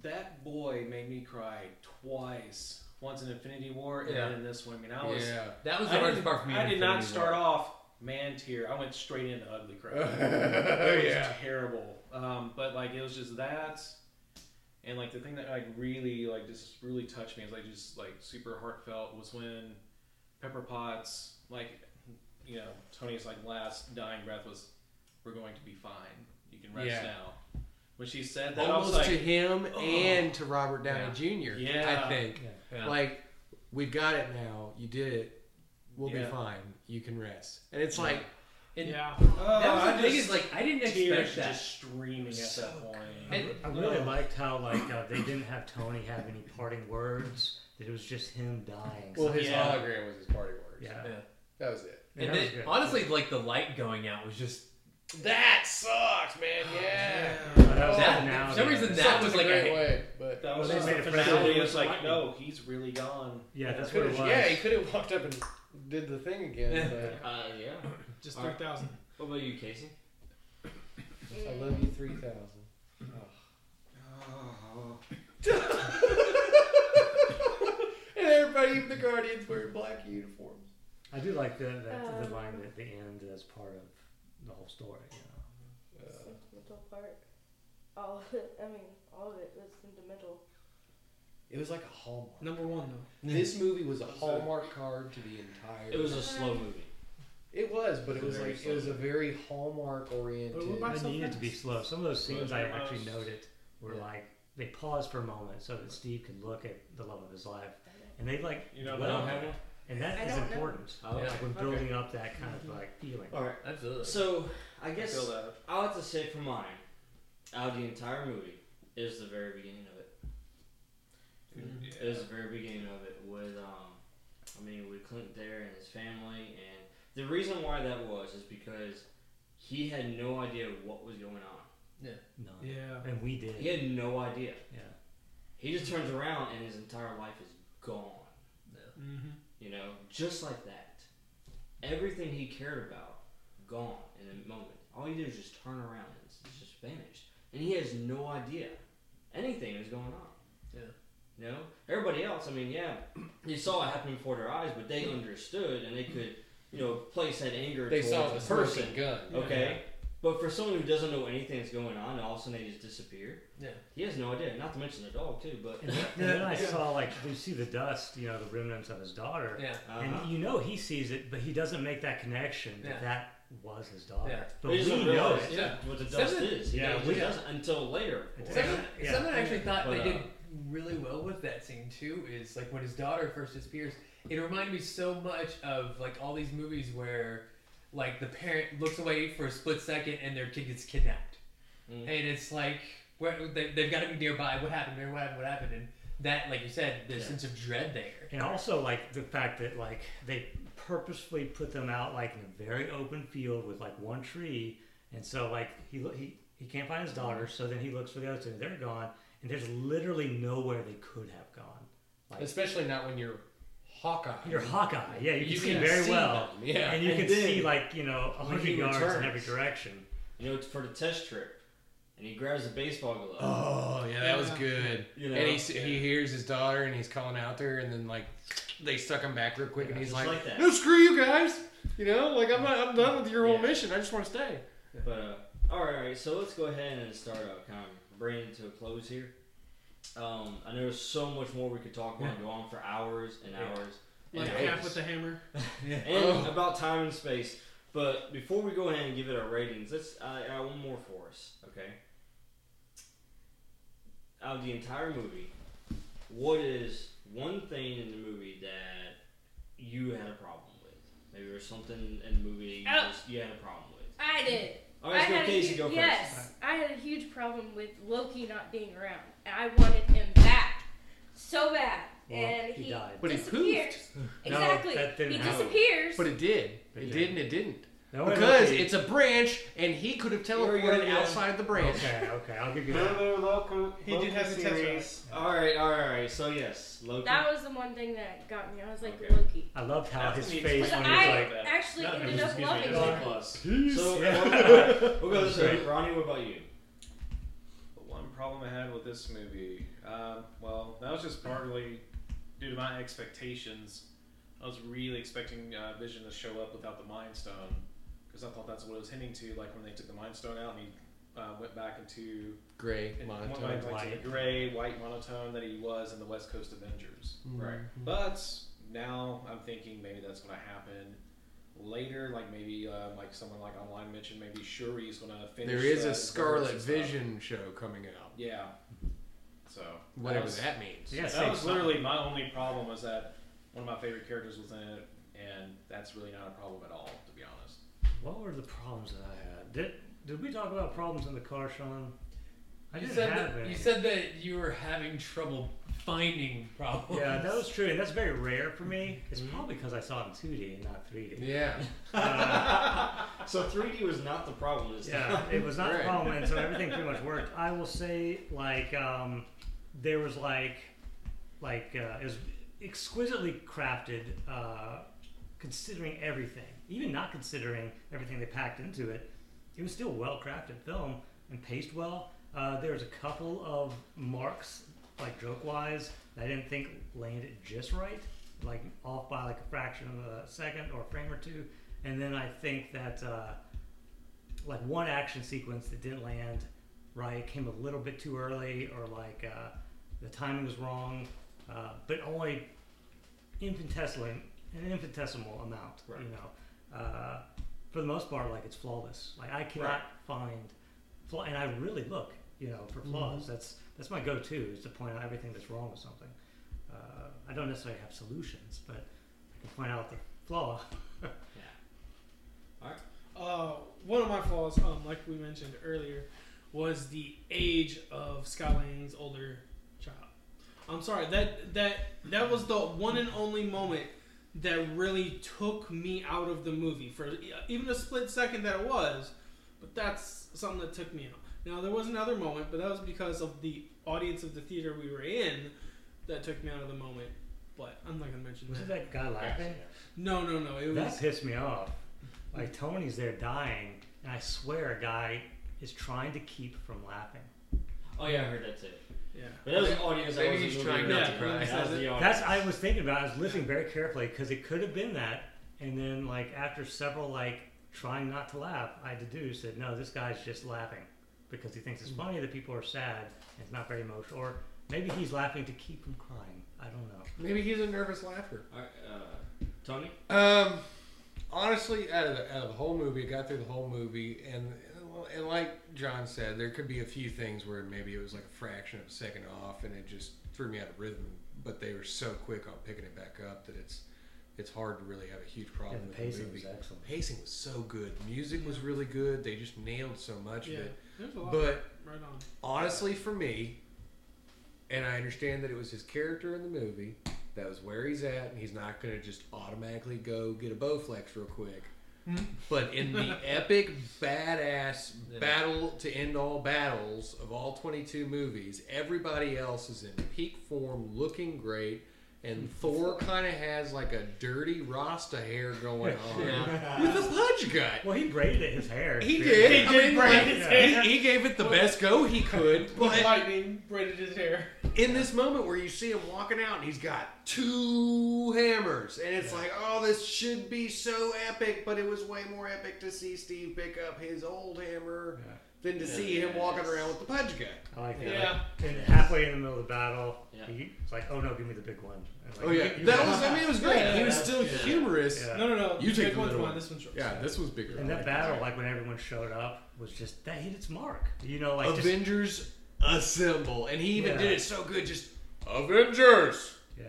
Speaker 8: That boy made me cry twice. Once in Infinity War, and
Speaker 4: Yeah.
Speaker 8: then in this one. I mean, I was
Speaker 2: Yeah.
Speaker 4: that was the
Speaker 8: I
Speaker 4: hardest
Speaker 8: did,
Speaker 4: part for me.
Speaker 8: I
Speaker 4: in
Speaker 8: did not
Speaker 4: Infinity
Speaker 8: start
Speaker 4: War.
Speaker 8: off man tier. I went straight into ugly cry.
Speaker 2: Oh
Speaker 8: It was
Speaker 2: yeah.
Speaker 8: terrible. Um, but like it was just that, and like the thing that like really like just really touched me is like just like super heartfelt was when Pepper Potts like you know Tony's like last dying breath was we're going to be fine. You can rest
Speaker 2: Yeah.
Speaker 8: now. When she said that,
Speaker 2: Almost
Speaker 8: I was
Speaker 2: to
Speaker 8: like,
Speaker 2: him
Speaker 8: "Oh."
Speaker 2: and to Robert Downey Jr.
Speaker 8: Yeah.
Speaker 2: I think.
Speaker 5: Yeah.
Speaker 4: Yeah.
Speaker 2: Like, we've got it now. You did it. We'll be
Speaker 8: Yeah.
Speaker 2: fine. You can rest. And it's like,
Speaker 4: And
Speaker 6: Yeah.
Speaker 8: oh,
Speaker 4: That was
Speaker 8: I
Speaker 4: the thing
Speaker 8: just-
Speaker 4: is like I didn't
Speaker 8: tears
Speaker 4: expect that.
Speaker 8: just streaming at that point.
Speaker 5: I,
Speaker 4: And-
Speaker 5: I really liked how like uh, they didn't have Tony have any parting words. That it was just him dying.
Speaker 2: well, his
Speaker 8: Yeah.
Speaker 2: hologram was his party words.
Speaker 5: yeah.
Speaker 4: Yeah.
Speaker 2: That was it.
Speaker 5: Yeah,
Speaker 4: And
Speaker 5: that was
Speaker 4: then,
Speaker 5: good.
Speaker 4: honestly, like the light going out was just
Speaker 2: That sucks, man. Yeah.
Speaker 5: Uh, that
Speaker 2: Oh,
Speaker 5: was
Speaker 4: That-
Speaker 5: the finale.
Speaker 4: for some reason
Speaker 2: Sucked
Speaker 4: that
Speaker 2: in
Speaker 4: was
Speaker 2: a
Speaker 4: like
Speaker 2: great
Speaker 4: a-
Speaker 2: way, but
Speaker 8: That was
Speaker 5: Well,
Speaker 8: just
Speaker 5: they
Speaker 8: the
Speaker 5: made a
Speaker 8: finale.
Speaker 5: finale
Speaker 8: It was
Speaker 5: with
Speaker 8: like,
Speaker 5: lightning.
Speaker 8: no, he's really gone.
Speaker 5: yeah, that's what
Speaker 2: Could've-
Speaker 5: it was.
Speaker 2: Yeah, he could have walked up and did the thing again. But
Speaker 1: Uh, yeah.
Speaker 6: Just
Speaker 1: All right.
Speaker 6: 3,000.
Speaker 1: What about you, Casey?
Speaker 2: I love you three thousand. (laughs) And everybody, even the Guardians, wearing black uniforms.
Speaker 5: I do like the that,
Speaker 7: Um,
Speaker 5: the line that the end is part of the whole story. You know?
Speaker 2: Uh,
Speaker 7: Sentimental part. All (laughs) of it. I mean, all of it was sentimental.
Speaker 2: It was like a hallmark.
Speaker 6: Number one, though.
Speaker 2: This movie was a hallmark card to the entire.
Speaker 1: It was a slow movie.
Speaker 2: It was, but it
Speaker 8: It's a
Speaker 2: was
Speaker 8: very
Speaker 2: like it was a very hallmark oriented.
Speaker 6: But what about-
Speaker 5: It
Speaker 6: so
Speaker 5: needed to be
Speaker 6: fast.
Speaker 5: slow. Some of those scenes I
Speaker 8: Those are
Speaker 5: actually
Speaker 8: most-
Speaker 5: noted were
Speaker 2: Yeah.
Speaker 5: like they paused for a moment so that Steve could look at the love of his life, and they like
Speaker 8: You know,
Speaker 5: dwell
Speaker 8: that-
Speaker 5: on that. and
Speaker 7: I
Speaker 5: that is
Speaker 7: don't know. Mm-hmm.
Speaker 5: important.
Speaker 1: Oh,
Speaker 5: Like when
Speaker 1: okay.
Speaker 5: building up that kind of like feeling.
Speaker 1: All right.
Speaker 4: absolutely.
Speaker 1: So I
Speaker 8: I
Speaker 1: guess
Speaker 8: feel that.
Speaker 1: I'll have to say for mine, out of the entire movie, is the very beginning of it. It was the very beginning of it with, um, I mean, with Clint there and his family, and the reason why that was is because he had no idea what was going on.
Speaker 5: No.
Speaker 6: Yeah.
Speaker 5: And we did.
Speaker 1: He had no idea.
Speaker 5: Yeah.
Speaker 1: He just turns around and his entire life is gone.
Speaker 6: Mm-hmm.
Speaker 1: You know, just like that. Everything he cared about gone in a moment. All he did was just turn around and it's it's just vanished, and he has no idea anything is going on.
Speaker 4: Yeah.
Speaker 1: You know, everybody else. I mean, yeah, (clears throat) they saw it happen before their eyes, but they understood and they could, you know, place that anger
Speaker 2: They
Speaker 1: towards
Speaker 2: saw the
Speaker 1: the person.
Speaker 2: smoking gun.
Speaker 1: Okay. But for someone who doesn't know anything that's going on, and all of a sudden they just disappear.
Speaker 4: Yeah.
Speaker 1: He has no idea. Not to mention the dog too, but.
Speaker 5: And then, and then I saw like you see the dust, you know, the remnants of his daughter,
Speaker 4: yeah,
Speaker 1: Uh-huh.
Speaker 5: and you know he sees it, but he doesn't make that connection that
Speaker 4: Yeah.
Speaker 5: that was his daughter.
Speaker 4: Yeah.
Speaker 5: But
Speaker 1: He
Speaker 5: we
Speaker 1: doesn't
Speaker 5: know
Speaker 1: realize
Speaker 5: it.
Speaker 4: Yeah.
Speaker 1: what the dust
Speaker 4: Doesn't-
Speaker 1: is. He
Speaker 5: yeah,
Speaker 1: doesn't-
Speaker 5: we-
Speaker 1: he doesn't until later. of
Speaker 5: It
Speaker 1: course.
Speaker 4: Something,
Speaker 5: Yeah.
Speaker 4: something I actually thought
Speaker 1: But,
Speaker 4: they
Speaker 1: uh,
Speaker 4: did really well with that scene too is like when his daughter first disappears. It reminded me so much of like all these movies where like the parent looks away for a split second and their kid gets kidnapped,
Speaker 1: Mm.
Speaker 4: and it's like where they, they've got to be nearby. What happened? Mary? What happened? What happened? And that, like you said, the
Speaker 1: Yeah.
Speaker 4: sense of dread there.
Speaker 5: And also like the fact that like they purposefully put them out like in a very open field with like one tree, and so like he he He can't find his daughter, so then he looks for the other two. They're gone, and there's literally nowhere they could have gone. Like
Speaker 2: Especially not when you're Hawkeye.
Speaker 5: you're Hawkeye, yeah, you can
Speaker 2: You
Speaker 5: see
Speaker 2: can
Speaker 5: very
Speaker 2: see
Speaker 5: well,
Speaker 2: them, yeah.
Speaker 5: and you
Speaker 1: And
Speaker 5: can
Speaker 1: then
Speaker 5: see like you know a
Speaker 1: when he
Speaker 5: hundred yards in
Speaker 1: returns.
Speaker 5: every direction.
Speaker 1: You know, it's for the test trip, and he grabs a baseball glove.
Speaker 2: Oh yeah, that was
Speaker 6: Yeah.
Speaker 2: good.
Speaker 1: You know,
Speaker 2: and he s he hears his daughter and he's calling out to her, and then like they suck him back real quick, and he's
Speaker 1: just
Speaker 2: like,
Speaker 1: like that.
Speaker 2: "No, screw you guys! You know, like I'm not, I'm done with your whole
Speaker 1: Yeah.
Speaker 2: mission. I just want to stay."
Speaker 1: But uh, all right, all right. So let's go ahead and start out, kind of bring it to a close here. Um, I know there's so much more we could talk about, and go on for hours and
Speaker 5: Yeah.
Speaker 1: hours, and
Speaker 6: Like
Speaker 2: Yeah.
Speaker 6: Cap with the hammer.
Speaker 1: (laughs) hours, and
Speaker 2: Oh.
Speaker 1: about time and space. But before we go ahead and give it our ratings, let's I I got one more for us, okay? Out of the entire movie, what is one thing in the movie that you had a problem with? Maybe there's something in the movie that you,
Speaker 7: Oh.
Speaker 1: just, you had a problem with.
Speaker 7: I did.
Speaker 1: All right, let's go,
Speaker 7: had a
Speaker 1: Casey.
Speaker 7: huge-
Speaker 1: Go first.
Speaker 7: Yes, I had a huge problem with Loki not being around. And I wanted him back so bad,
Speaker 5: Well,
Speaker 7: and
Speaker 5: he
Speaker 7: he,
Speaker 5: died.
Speaker 2: But he
Speaker 7: disappeared. (laughs) exactly,
Speaker 5: that didn't
Speaker 7: he
Speaker 5: happen.
Speaker 7: disappears.
Speaker 2: But it did.
Speaker 5: It
Speaker 2: It
Speaker 5: did.
Speaker 2: did, and it didn't.
Speaker 5: Oh, No, wait,
Speaker 2: Because
Speaker 5: okay.
Speaker 2: it's a branch, and he could have
Speaker 1: Here we go
Speaker 2: teleported
Speaker 1: again.
Speaker 2: outside the branch.
Speaker 5: okay. Okay, I'll give you that.
Speaker 8: Hello, local.
Speaker 6: He did have the test
Speaker 8: series.
Speaker 1: All right, all right, all right. So yes, Loki.
Speaker 7: that was the one thing that got me. I was like
Speaker 1: Okay.
Speaker 7: Loki,
Speaker 5: I loved how
Speaker 8: That's
Speaker 5: his
Speaker 8: neat.
Speaker 5: face
Speaker 7: because
Speaker 5: when he
Speaker 7: I
Speaker 5: was like,
Speaker 7: actually
Speaker 8: No,
Speaker 7: ended
Speaker 8: just excuse
Speaker 7: up
Speaker 8: me,
Speaker 7: loving
Speaker 8: Disney
Speaker 7: him.
Speaker 8: Plus.
Speaker 5: (laughs)
Speaker 1: so
Speaker 5: Yeah.
Speaker 1: we'll, we'll go this way.
Speaker 5: Right.
Speaker 1: Ronnie, what about you?
Speaker 8: The one problem I had with this movie, um, well, that was just partly due to my expectations. I was really expecting uh, Vision to show up without the Mind Stone because I thought that's what it was hinting to. Like when they took the Mind Stone out and he uh, went back into
Speaker 2: Gray
Speaker 8: and went
Speaker 2: monotone.
Speaker 8: back into
Speaker 5: White.
Speaker 8: the gray, white monotone that he was in the West Coast Avengers.
Speaker 2: Mm.
Speaker 1: Right.
Speaker 2: Hmm.
Speaker 8: But now I'm thinking maybe that's going to happen later. Like maybe uh, like someone like online mentioned maybe Shuri's going to finish.
Speaker 2: There is
Speaker 8: uh,
Speaker 2: a Scarlet
Speaker 8: Avengers stuff.
Speaker 2: Vision show coming out.
Speaker 8: Yeah. So
Speaker 2: Whatever
Speaker 8: was-
Speaker 2: that means.
Speaker 5: yeah,
Speaker 8: that
Speaker 5: same
Speaker 8: was
Speaker 5: song.
Speaker 8: literally my only problem was that one of my favorite characters was in it, and that's really not a problem at all, to be honest.
Speaker 5: What were the problems that I had? Did did we talk about problems in the car, Sean? I
Speaker 4: You
Speaker 5: didn't
Speaker 4: said,
Speaker 5: have
Speaker 4: that,
Speaker 5: any.
Speaker 4: you said that you were having trouble finding problems.
Speaker 5: yeah, that was true, and that's very rare for me. It's
Speaker 4: Mm-hmm.
Speaker 5: probably because I saw it in 2D and not 3D.
Speaker 2: Yeah.
Speaker 5: Uh,
Speaker 1: So 3D was not the problem this time.
Speaker 5: yeah, it was not
Speaker 2: Right.
Speaker 5: the problem, and so everything pretty much worked. I will say, like, um, there was like, like uh, it was exquisitely crafted, uh, considering everything, even not considering everything they packed into it. It was still well crafted film and paced well. Uh, there was a couple of marks, like joke wise, that I didn't think landed just right, like off by like a fraction of a second or a frame or two. And then I think that uh, like one action sequence that didn't land right came a little bit too early, or like uh, the timing was wrong, uh, but only infinitesimal, an infinitesimal amount.
Speaker 1: Right.
Speaker 5: You know, uh, for the most part, like it's flawless. Like I cannot
Speaker 1: Right.
Speaker 5: find flaw, and I really look, you know, for flaws. That's that's my go-to is to point out everything that's wrong with something. Uh, I don't necessarily have solutions, but I can point out the flaw.
Speaker 6: Uh, one of my flaws, um, like we mentioned earlier, was the age of Skyland's older child. I'm sorry that that that was the one and only moment that really took me out of the movie for e, even a split second that it was. But that's something that took me out. Now there was another moment, but that was because of the audience of the theater we were in that took me out of the moment. But I'm not gonna mention
Speaker 5: Was it
Speaker 6: that.
Speaker 5: that guy laughing?
Speaker 6: No, no, no. It
Speaker 5: That
Speaker 6: was
Speaker 5: pissed me off. Like Tony's there dying, and I swear a guy is trying to keep from laughing.
Speaker 1: Oh yeah, I heard that too.
Speaker 6: yeah.
Speaker 1: But that was the audience.
Speaker 2: Maybe
Speaker 1: I wasn't
Speaker 2: he's
Speaker 1: really
Speaker 2: trying not
Speaker 1: around.
Speaker 6: to cry.
Speaker 1: That was the audience.
Speaker 5: That's I was thinking about. I was listening very carefully because it could have been that. And then like after several like trying not to laugh, I deduced that no, this guy's just laughing because he thinks it's
Speaker 2: Mm.
Speaker 5: funny that people are sad and it's not very emotional, or maybe he's laughing to keep from crying. I don't know.
Speaker 2: Maybe he's a nervous laugher.
Speaker 1: All right, uh, Tony.
Speaker 2: Um, honestly, out of the, out of the whole movie, I got through the whole movie, and and like John said, there could be a few things where maybe it was like a fraction of a second off, and it just threw me out of rhythm. But they were so quick on picking it back up that it's it's hard to really have a huge problem
Speaker 5: and the
Speaker 2: with
Speaker 5: pacing
Speaker 2: the
Speaker 5: was
Speaker 2: movie.
Speaker 5: excellent.
Speaker 2: pacing was so good. Music was really good. They just nailed so much
Speaker 6: Yeah,
Speaker 2: of it.
Speaker 6: there's a lot
Speaker 2: But
Speaker 6: right on.
Speaker 2: honestly for me and i understand that it was his character in the movie that was where he's at and he's not going to just automatically go get a bowflex real quick But in (laughs) the epic badass
Speaker 4: Yeah.
Speaker 2: battle to end all battles of all 22 movies, everybody else is in peak form, looking great, (laughs) and Thor kind of has like a dirty Rasta hair (laughs) going on with a pudge gut.
Speaker 5: Well, he braided his hair.
Speaker 2: He
Speaker 5: too.
Speaker 2: did. I mean,
Speaker 6: braid
Speaker 2: like, (laughs)
Speaker 6: his
Speaker 5: hair.
Speaker 2: He, he gave it the best go he could.
Speaker 6: With
Speaker 2: But
Speaker 6: lightning braided his hair.
Speaker 2: in this moment where you see him walking out and he's got two hammers, and it's like, oh, this should be so epic, but it was way more epic to see Steve pick up his old hammer
Speaker 8: Yeah.
Speaker 2: than to see him walking
Speaker 1: Yes.
Speaker 2: around with the punch gun.
Speaker 5: I like that.
Speaker 6: Yeah.
Speaker 5: And halfway in the middle of the battle,
Speaker 1: Yeah.
Speaker 5: he, it's like, oh no, give me the big one. And like,
Speaker 2: Oh yeah,
Speaker 5: you- you-
Speaker 2: that was. I mean, it was great.
Speaker 6: Yeah,
Speaker 2: he was
Speaker 6: that's
Speaker 2: still
Speaker 1: good.
Speaker 2: humorous.
Speaker 5: Yeah.
Speaker 6: No, no, no.
Speaker 2: You
Speaker 6: The
Speaker 2: take
Speaker 6: big
Speaker 2: the
Speaker 6: one's
Speaker 2: middle
Speaker 6: mine.
Speaker 2: one.
Speaker 6: This one's yours.
Speaker 2: Yeah, this was bigger.
Speaker 5: And that battle, like when everyone showed up, was just that hit its mark. You know, like just,
Speaker 2: Avengers assemble, and he even
Speaker 5: Yeah.
Speaker 2: did it so good. Just Avengers
Speaker 5: yeah.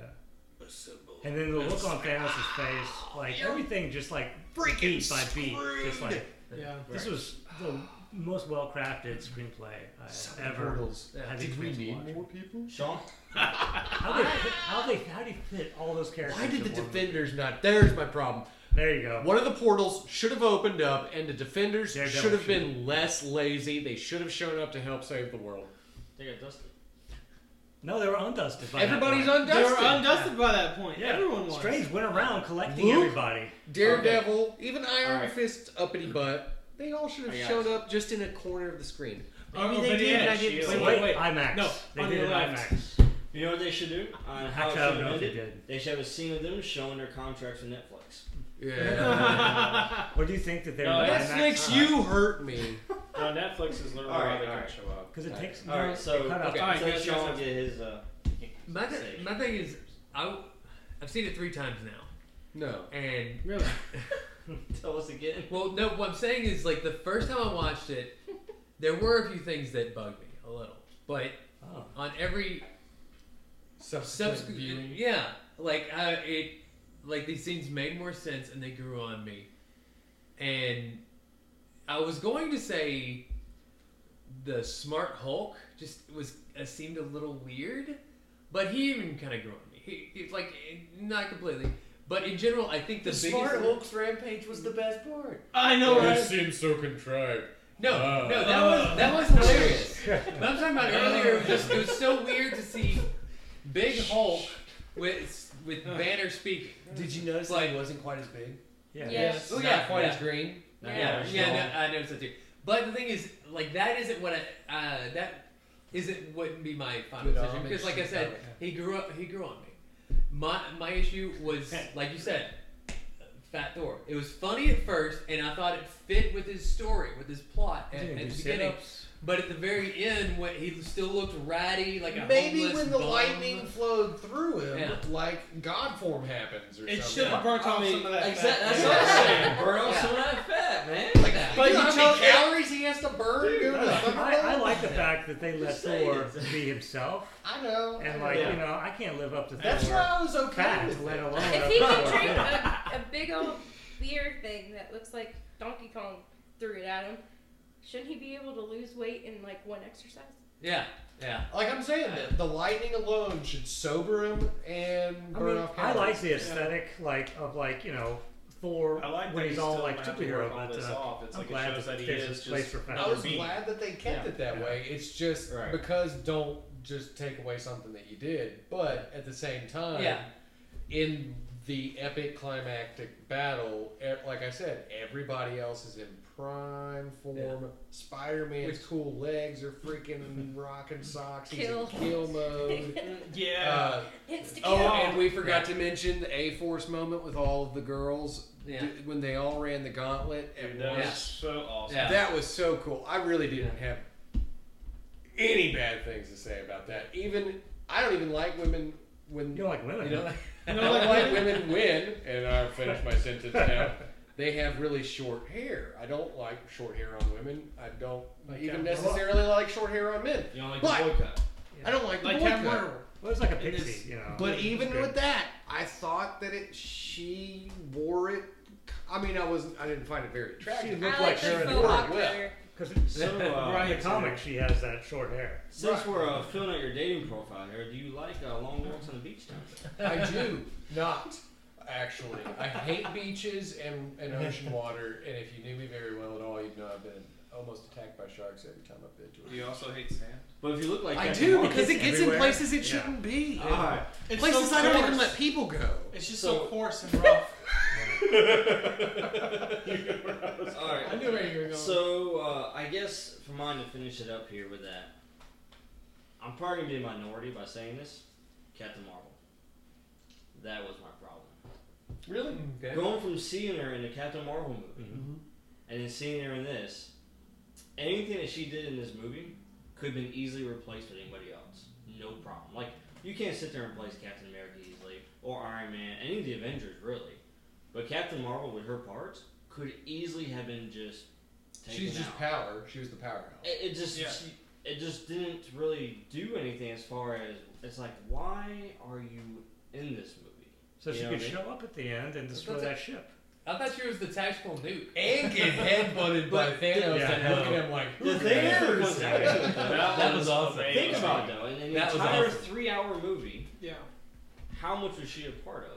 Speaker 2: assemble.
Speaker 5: And then the look on Thanos' face, like everything, just like
Speaker 2: Freaking
Speaker 5: beat by beat, just
Speaker 2: screwed.
Speaker 5: like
Speaker 6: Yeah.
Speaker 5: this was the most well crafted screenplay I've ever.
Speaker 2: Portals.
Speaker 5: had the
Speaker 2: Did we
Speaker 5: experience
Speaker 2: need
Speaker 5: watching.
Speaker 2: more people?
Speaker 1: (laughs) Sean,
Speaker 5: How they fit- how they how do you fit all those characters?
Speaker 2: Why did the
Speaker 5: in one movie?
Speaker 2: defenders not? There's my problem.
Speaker 5: There you go.
Speaker 2: One of the portals should have opened up, and the defenders
Speaker 5: Daredevil
Speaker 2: should have
Speaker 5: should
Speaker 2: been less lazy. They should have shown up to help save the world.
Speaker 1: they got dusted.
Speaker 5: No, they were undusted. By that
Speaker 2: Everybody's
Speaker 5: point.
Speaker 6: They were
Speaker 2: undusted.
Speaker 6: undusted by that point.
Speaker 5: Yeah,
Speaker 6: Everyone was.
Speaker 5: Strange went around collecting
Speaker 2: Luke?
Speaker 5: everybody.
Speaker 2: Daredevil, even Iron
Speaker 1: All right.
Speaker 2: Fist, uppity butt. They all should
Speaker 1: I
Speaker 2: have
Speaker 1: got
Speaker 2: shown up just in a corner of the screen.
Speaker 6: Oh,
Speaker 2: Maybe they
Speaker 6: but
Speaker 2: did,
Speaker 6: yeah,
Speaker 2: and I didn't
Speaker 6: shield.
Speaker 2: see
Speaker 5: Wait,
Speaker 2: it.
Speaker 5: wait, IMAX.
Speaker 6: No,
Speaker 5: they
Speaker 6: on
Speaker 5: did
Speaker 6: the
Speaker 5: it
Speaker 6: left. (laughs)
Speaker 5: IMAX.
Speaker 1: You know what they should do? On how it
Speaker 5: Actually, I
Speaker 1: should
Speaker 5: don't know if
Speaker 1: have
Speaker 5: they
Speaker 1: ended?
Speaker 5: did.
Speaker 1: They should have a scene of them showing their contracts to Netflix.
Speaker 2: Yeah.
Speaker 5: Or do you think that they were
Speaker 8: No,
Speaker 5: IMAX?
Speaker 8: that's
Speaker 5: Uh-huh.
Speaker 2: Netflix, you (laughs) hurt me.
Speaker 8: Now Netflix has learned
Speaker 1: All right,
Speaker 8: why they
Speaker 1: all
Speaker 8: can't
Speaker 1: right.
Speaker 8: show up.
Speaker 5: Because it takes.
Speaker 1: All right, so
Speaker 5: they cut out
Speaker 2: okay.
Speaker 1: All
Speaker 6: All
Speaker 1: right,
Speaker 6: right,
Speaker 1: so
Speaker 6: yes, yes,
Speaker 1: Sean
Speaker 6: yes.
Speaker 1: get his. Uh,
Speaker 4: (laughs) My, th-
Speaker 1: sake.
Speaker 4: my thing is, I, have seen it three times now,
Speaker 2: No.
Speaker 4: and
Speaker 6: Really?
Speaker 1: tell us again.
Speaker 4: well, no, what I'm saying is like the first time I watched it, there were a few things that bugged me a little, but
Speaker 5: Oh.
Speaker 4: on every
Speaker 2: Subsequent
Speaker 4: subsequent,
Speaker 2: viewing.
Speaker 4: yeah, like I, it, like these scenes made more sense and they grew on me, and I was going to say the smart Hulk just was uh, seemed a little weird, but he even kind of grew on me. He, he like eh, not completely, but in general, I think the,
Speaker 2: The
Speaker 4: biggest
Speaker 2: Smart Hulk's rampage was the best part.
Speaker 6: I know, right?
Speaker 2: seems so contrived.
Speaker 4: No,
Speaker 2: Ah.
Speaker 4: no,
Speaker 6: Oh.
Speaker 4: that was Oh, that was
Speaker 2: (laughs)
Speaker 4: hilarious. but I'm talking about earlier. It was, just, it was so weird to see Big Hulk with with Banner speaking.
Speaker 2: Did you notice
Speaker 4: Like-
Speaker 2: that he wasn't quite as big?
Speaker 5: Yeah.
Speaker 7: Yes.
Speaker 4: Oh,
Speaker 2: Not
Speaker 4: yeah,
Speaker 2: quite
Speaker 4: yeah.
Speaker 2: as green.
Speaker 1: Not
Speaker 4: Yeah,
Speaker 1: quite
Speaker 4: yeah,
Speaker 1: as
Speaker 4: no, I noticed that too. But the thing is, like, that isn't what I, uh, that isn't wouldn't be my final
Speaker 2: Good
Speaker 4: decision
Speaker 2: omens
Speaker 4: because, like I
Speaker 2: and
Speaker 4: said,
Speaker 2: stuff like
Speaker 4: he grew up. He grew on me. My my issue was like you said, Fat Thor. It was funny at first, and I thought it fit with his story, with his plot at,
Speaker 5: He didn't
Speaker 4: at
Speaker 5: do
Speaker 4: the beginning.
Speaker 5: sit-ups.
Speaker 4: But at the very end, when he still looked ratty, like a
Speaker 2: Maybe
Speaker 4: homeless
Speaker 2: when the
Speaker 4: bum.
Speaker 2: lightning flowed through him,
Speaker 4: Yeah.
Speaker 2: like God form happens or
Speaker 6: It
Speaker 2: something.
Speaker 6: should have burnt
Speaker 5: Oh,
Speaker 6: off some of that.
Speaker 1: Exactly.
Speaker 6: fat.
Speaker 1: That's what I'm saying. Burn (laughs) off
Speaker 4: Yeah.
Speaker 1: some of that fat, man.
Speaker 4: Like that.
Speaker 2: But
Speaker 1: But
Speaker 2: you know
Speaker 1: you
Speaker 2: how
Speaker 1: chose-
Speaker 2: many calories he has to burn? Dude,
Speaker 5: I, I like the fact that they let
Speaker 1: Just saying.
Speaker 5: Thor be himself,
Speaker 2: I know.
Speaker 5: and
Speaker 2: I know.
Speaker 5: like
Speaker 1: Yeah.
Speaker 5: you know, I can't live up to
Speaker 2: That's
Speaker 5: Thor.
Speaker 2: why I was okay
Speaker 5: Fat,
Speaker 2: with
Speaker 5: let
Speaker 2: it.
Speaker 5: alone.
Speaker 9: If
Speaker 5: a
Speaker 9: he could
Speaker 2: (laughs)
Speaker 5: Thor.
Speaker 9: drink a, a big old beer thing that looks like Donkey Kong threw it at him, shouldn't he be able to lose weight in like one exercise?
Speaker 4: Yeah, yeah.
Speaker 2: Like I'm saying, the, the lightning alone should sober him and
Speaker 5: I
Speaker 2: burn
Speaker 5: mean,
Speaker 2: off
Speaker 5: I
Speaker 2: calories.
Speaker 5: like the aesthetic, like of like you know, Thor
Speaker 8: I like
Speaker 5: when
Speaker 8: that
Speaker 5: he's
Speaker 8: he
Speaker 5: all
Speaker 8: still
Speaker 5: like
Speaker 8: might have to
Speaker 5: superhero,
Speaker 8: work all
Speaker 5: but
Speaker 8: this
Speaker 5: uh,
Speaker 8: off. It's
Speaker 5: I'm
Speaker 8: like it
Speaker 5: glad
Speaker 8: shows
Speaker 5: that
Speaker 8: that he
Speaker 5: there's
Speaker 8: is
Speaker 5: a place
Speaker 8: just
Speaker 5: for fat.
Speaker 2: I was
Speaker 8: being.
Speaker 2: glad that they kept
Speaker 8: Yeah.
Speaker 2: it that
Speaker 5: Yeah.
Speaker 2: way. It's just
Speaker 1: Right.
Speaker 2: because don't just take away something that you did, but at the same time,
Speaker 4: Yeah.
Speaker 2: in the epic climactic battle, e- like I said, everybody else is in prime form. Spider Man's cool legs are freaking rocking socks.
Speaker 9: Kill.
Speaker 2: He's in kill mode.
Speaker 6: Yeah.
Speaker 2: Uh,
Speaker 9: Insta
Speaker 2: oh, and we forgot to mention the A Force moment with all of the girls
Speaker 4: Yeah.
Speaker 2: d- when they all ran the gauntlet
Speaker 8: Dude,
Speaker 2: and
Speaker 8: that
Speaker 2: won.
Speaker 8: was
Speaker 4: Yeah.
Speaker 8: so awesome.
Speaker 4: Yeah.
Speaker 2: That was so cool. I really didn't have any bad things to say about that. Even I don't even like women when
Speaker 5: You don't like women.
Speaker 2: you know,
Speaker 5: huh?
Speaker 2: I
Speaker 6: You don't
Speaker 2: don't
Speaker 6: like
Speaker 2: Uh, like women when and I'll finish my sentence
Speaker 5: (laughs)
Speaker 2: now. They have really short hair. I don't like short hair on women. I don't
Speaker 6: Like
Speaker 2: even
Speaker 5: uh,
Speaker 6: Captain
Speaker 2: necessarily like short hair on men.
Speaker 1: You don't like
Speaker 2: But-
Speaker 1: the boycott.
Speaker 2: I don't like the
Speaker 6: Like
Speaker 2: boy
Speaker 6: Captain
Speaker 2: cut.
Speaker 6: Marvel.
Speaker 5: Well, it's like a
Speaker 6: It
Speaker 5: pixie,
Speaker 6: is-
Speaker 5: you know.
Speaker 2: But
Speaker 5: It's
Speaker 2: even
Speaker 5: good.
Speaker 2: with that, I thought that it she wore it. I mean, I wasn't. I didn't find it very attractive.
Speaker 5: she
Speaker 9: I
Speaker 5: looked
Speaker 9: like,
Speaker 5: like
Speaker 9: the
Speaker 5: her in
Speaker 9: faux
Speaker 2: Thor.
Speaker 5: the
Speaker 9: hawk
Speaker 2: well.
Speaker 9: better.
Speaker 5: because
Speaker 1: (laughs)
Speaker 8: So, uh,
Speaker 5: in
Speaker 6: Right.
Speaker 5: the comic she has that short hair.
Speaker 1: Since
Speaker 2: Right.
Speaker 1: we're uh, filling out your dating profile here, do you like uh, long walks on the beach? Time?
Speaker 2: I do not. actually. I hate beaches and,
Speaker 1: (laughs)
Speaker 2: and ocean water, and if you knew me very well at all, you'd know I've been almost attacked by sharks every time I've been to
Speaker 8: Do you also hate sand?
Speaker 1: But if you look like
Speaker 2: it. I
Speaker 1: Captain
Speaker 2: do,
Speaker 1: Marvel-
Speaker 2: because it gets
Speaker 8: everywhere.
Speaker 2: in places it
Speaker 8: Yeah.
Speaker 2: shouldn't be.
Speaker 1: Ah,
Speaker 6: It's
Speaker 2: places
Speaker 6: so
Speaker 2: I don't even
Speaker 6: coarse.
Speaker 2: let people (laughs) go.
Speaker 6: It's just
Speaker 1: So-
Speaker 6: so coarse and rough.
Speaker 1: all right.
Speaker 6: I knew where you were going.
Speaker 1: So uh, I guess for mine to finish it up here with that, I'm probably gonna be a minority by saying this. Captain Marvel. That was my problem.
Speaker 4: Really? Okay.
Speaker 1: Going from seeing her in the Captain Marvel movie and then seeing her in this, anything that she did in this movie could have been easily replaced with anybody else. No problem. Like you can't sit there and replace Captain America easily or Iron Man, any of the Avengers really. But Captain Marvel with her parts could easily have been just taken
Speaker 2: She's just
Speaker 1: out
Speaker 2: power. She was the powerhouse.
Speaker 1: it, it just
Speaker 4: Yeah.
Speaker 1: she- it just didn't really do anything as far as it's like why are you in this movie
Speaker 5: So she
Speaker 1: Yeah,
Speaker 5: could
Speaker 1: they-
Speaker 5: show up at the end and destroy
Speaker 4: That's
Speaker 5: that ship.
Speaker 4: I thought she was the tactical nuke.
Speaker 2: And get headbutted by
Speaker 1: But-
Speaker 2: Thanos
Speaker 5: Yeah.
Speaker 2: and looking at him like, who
Speaker 1: the thing that
Speaker 2: cares?
Speaker 1: comes back to it, though,
Speaker 4: That was awesome.
Speaker 1: think about it, though in an
Speaker 4: That was
Speaker 1: entire
Speaker 4: awesome.
Speaker 1: three hour movie
Speaker 6: yeah.
Speaker 1: how much was she a part of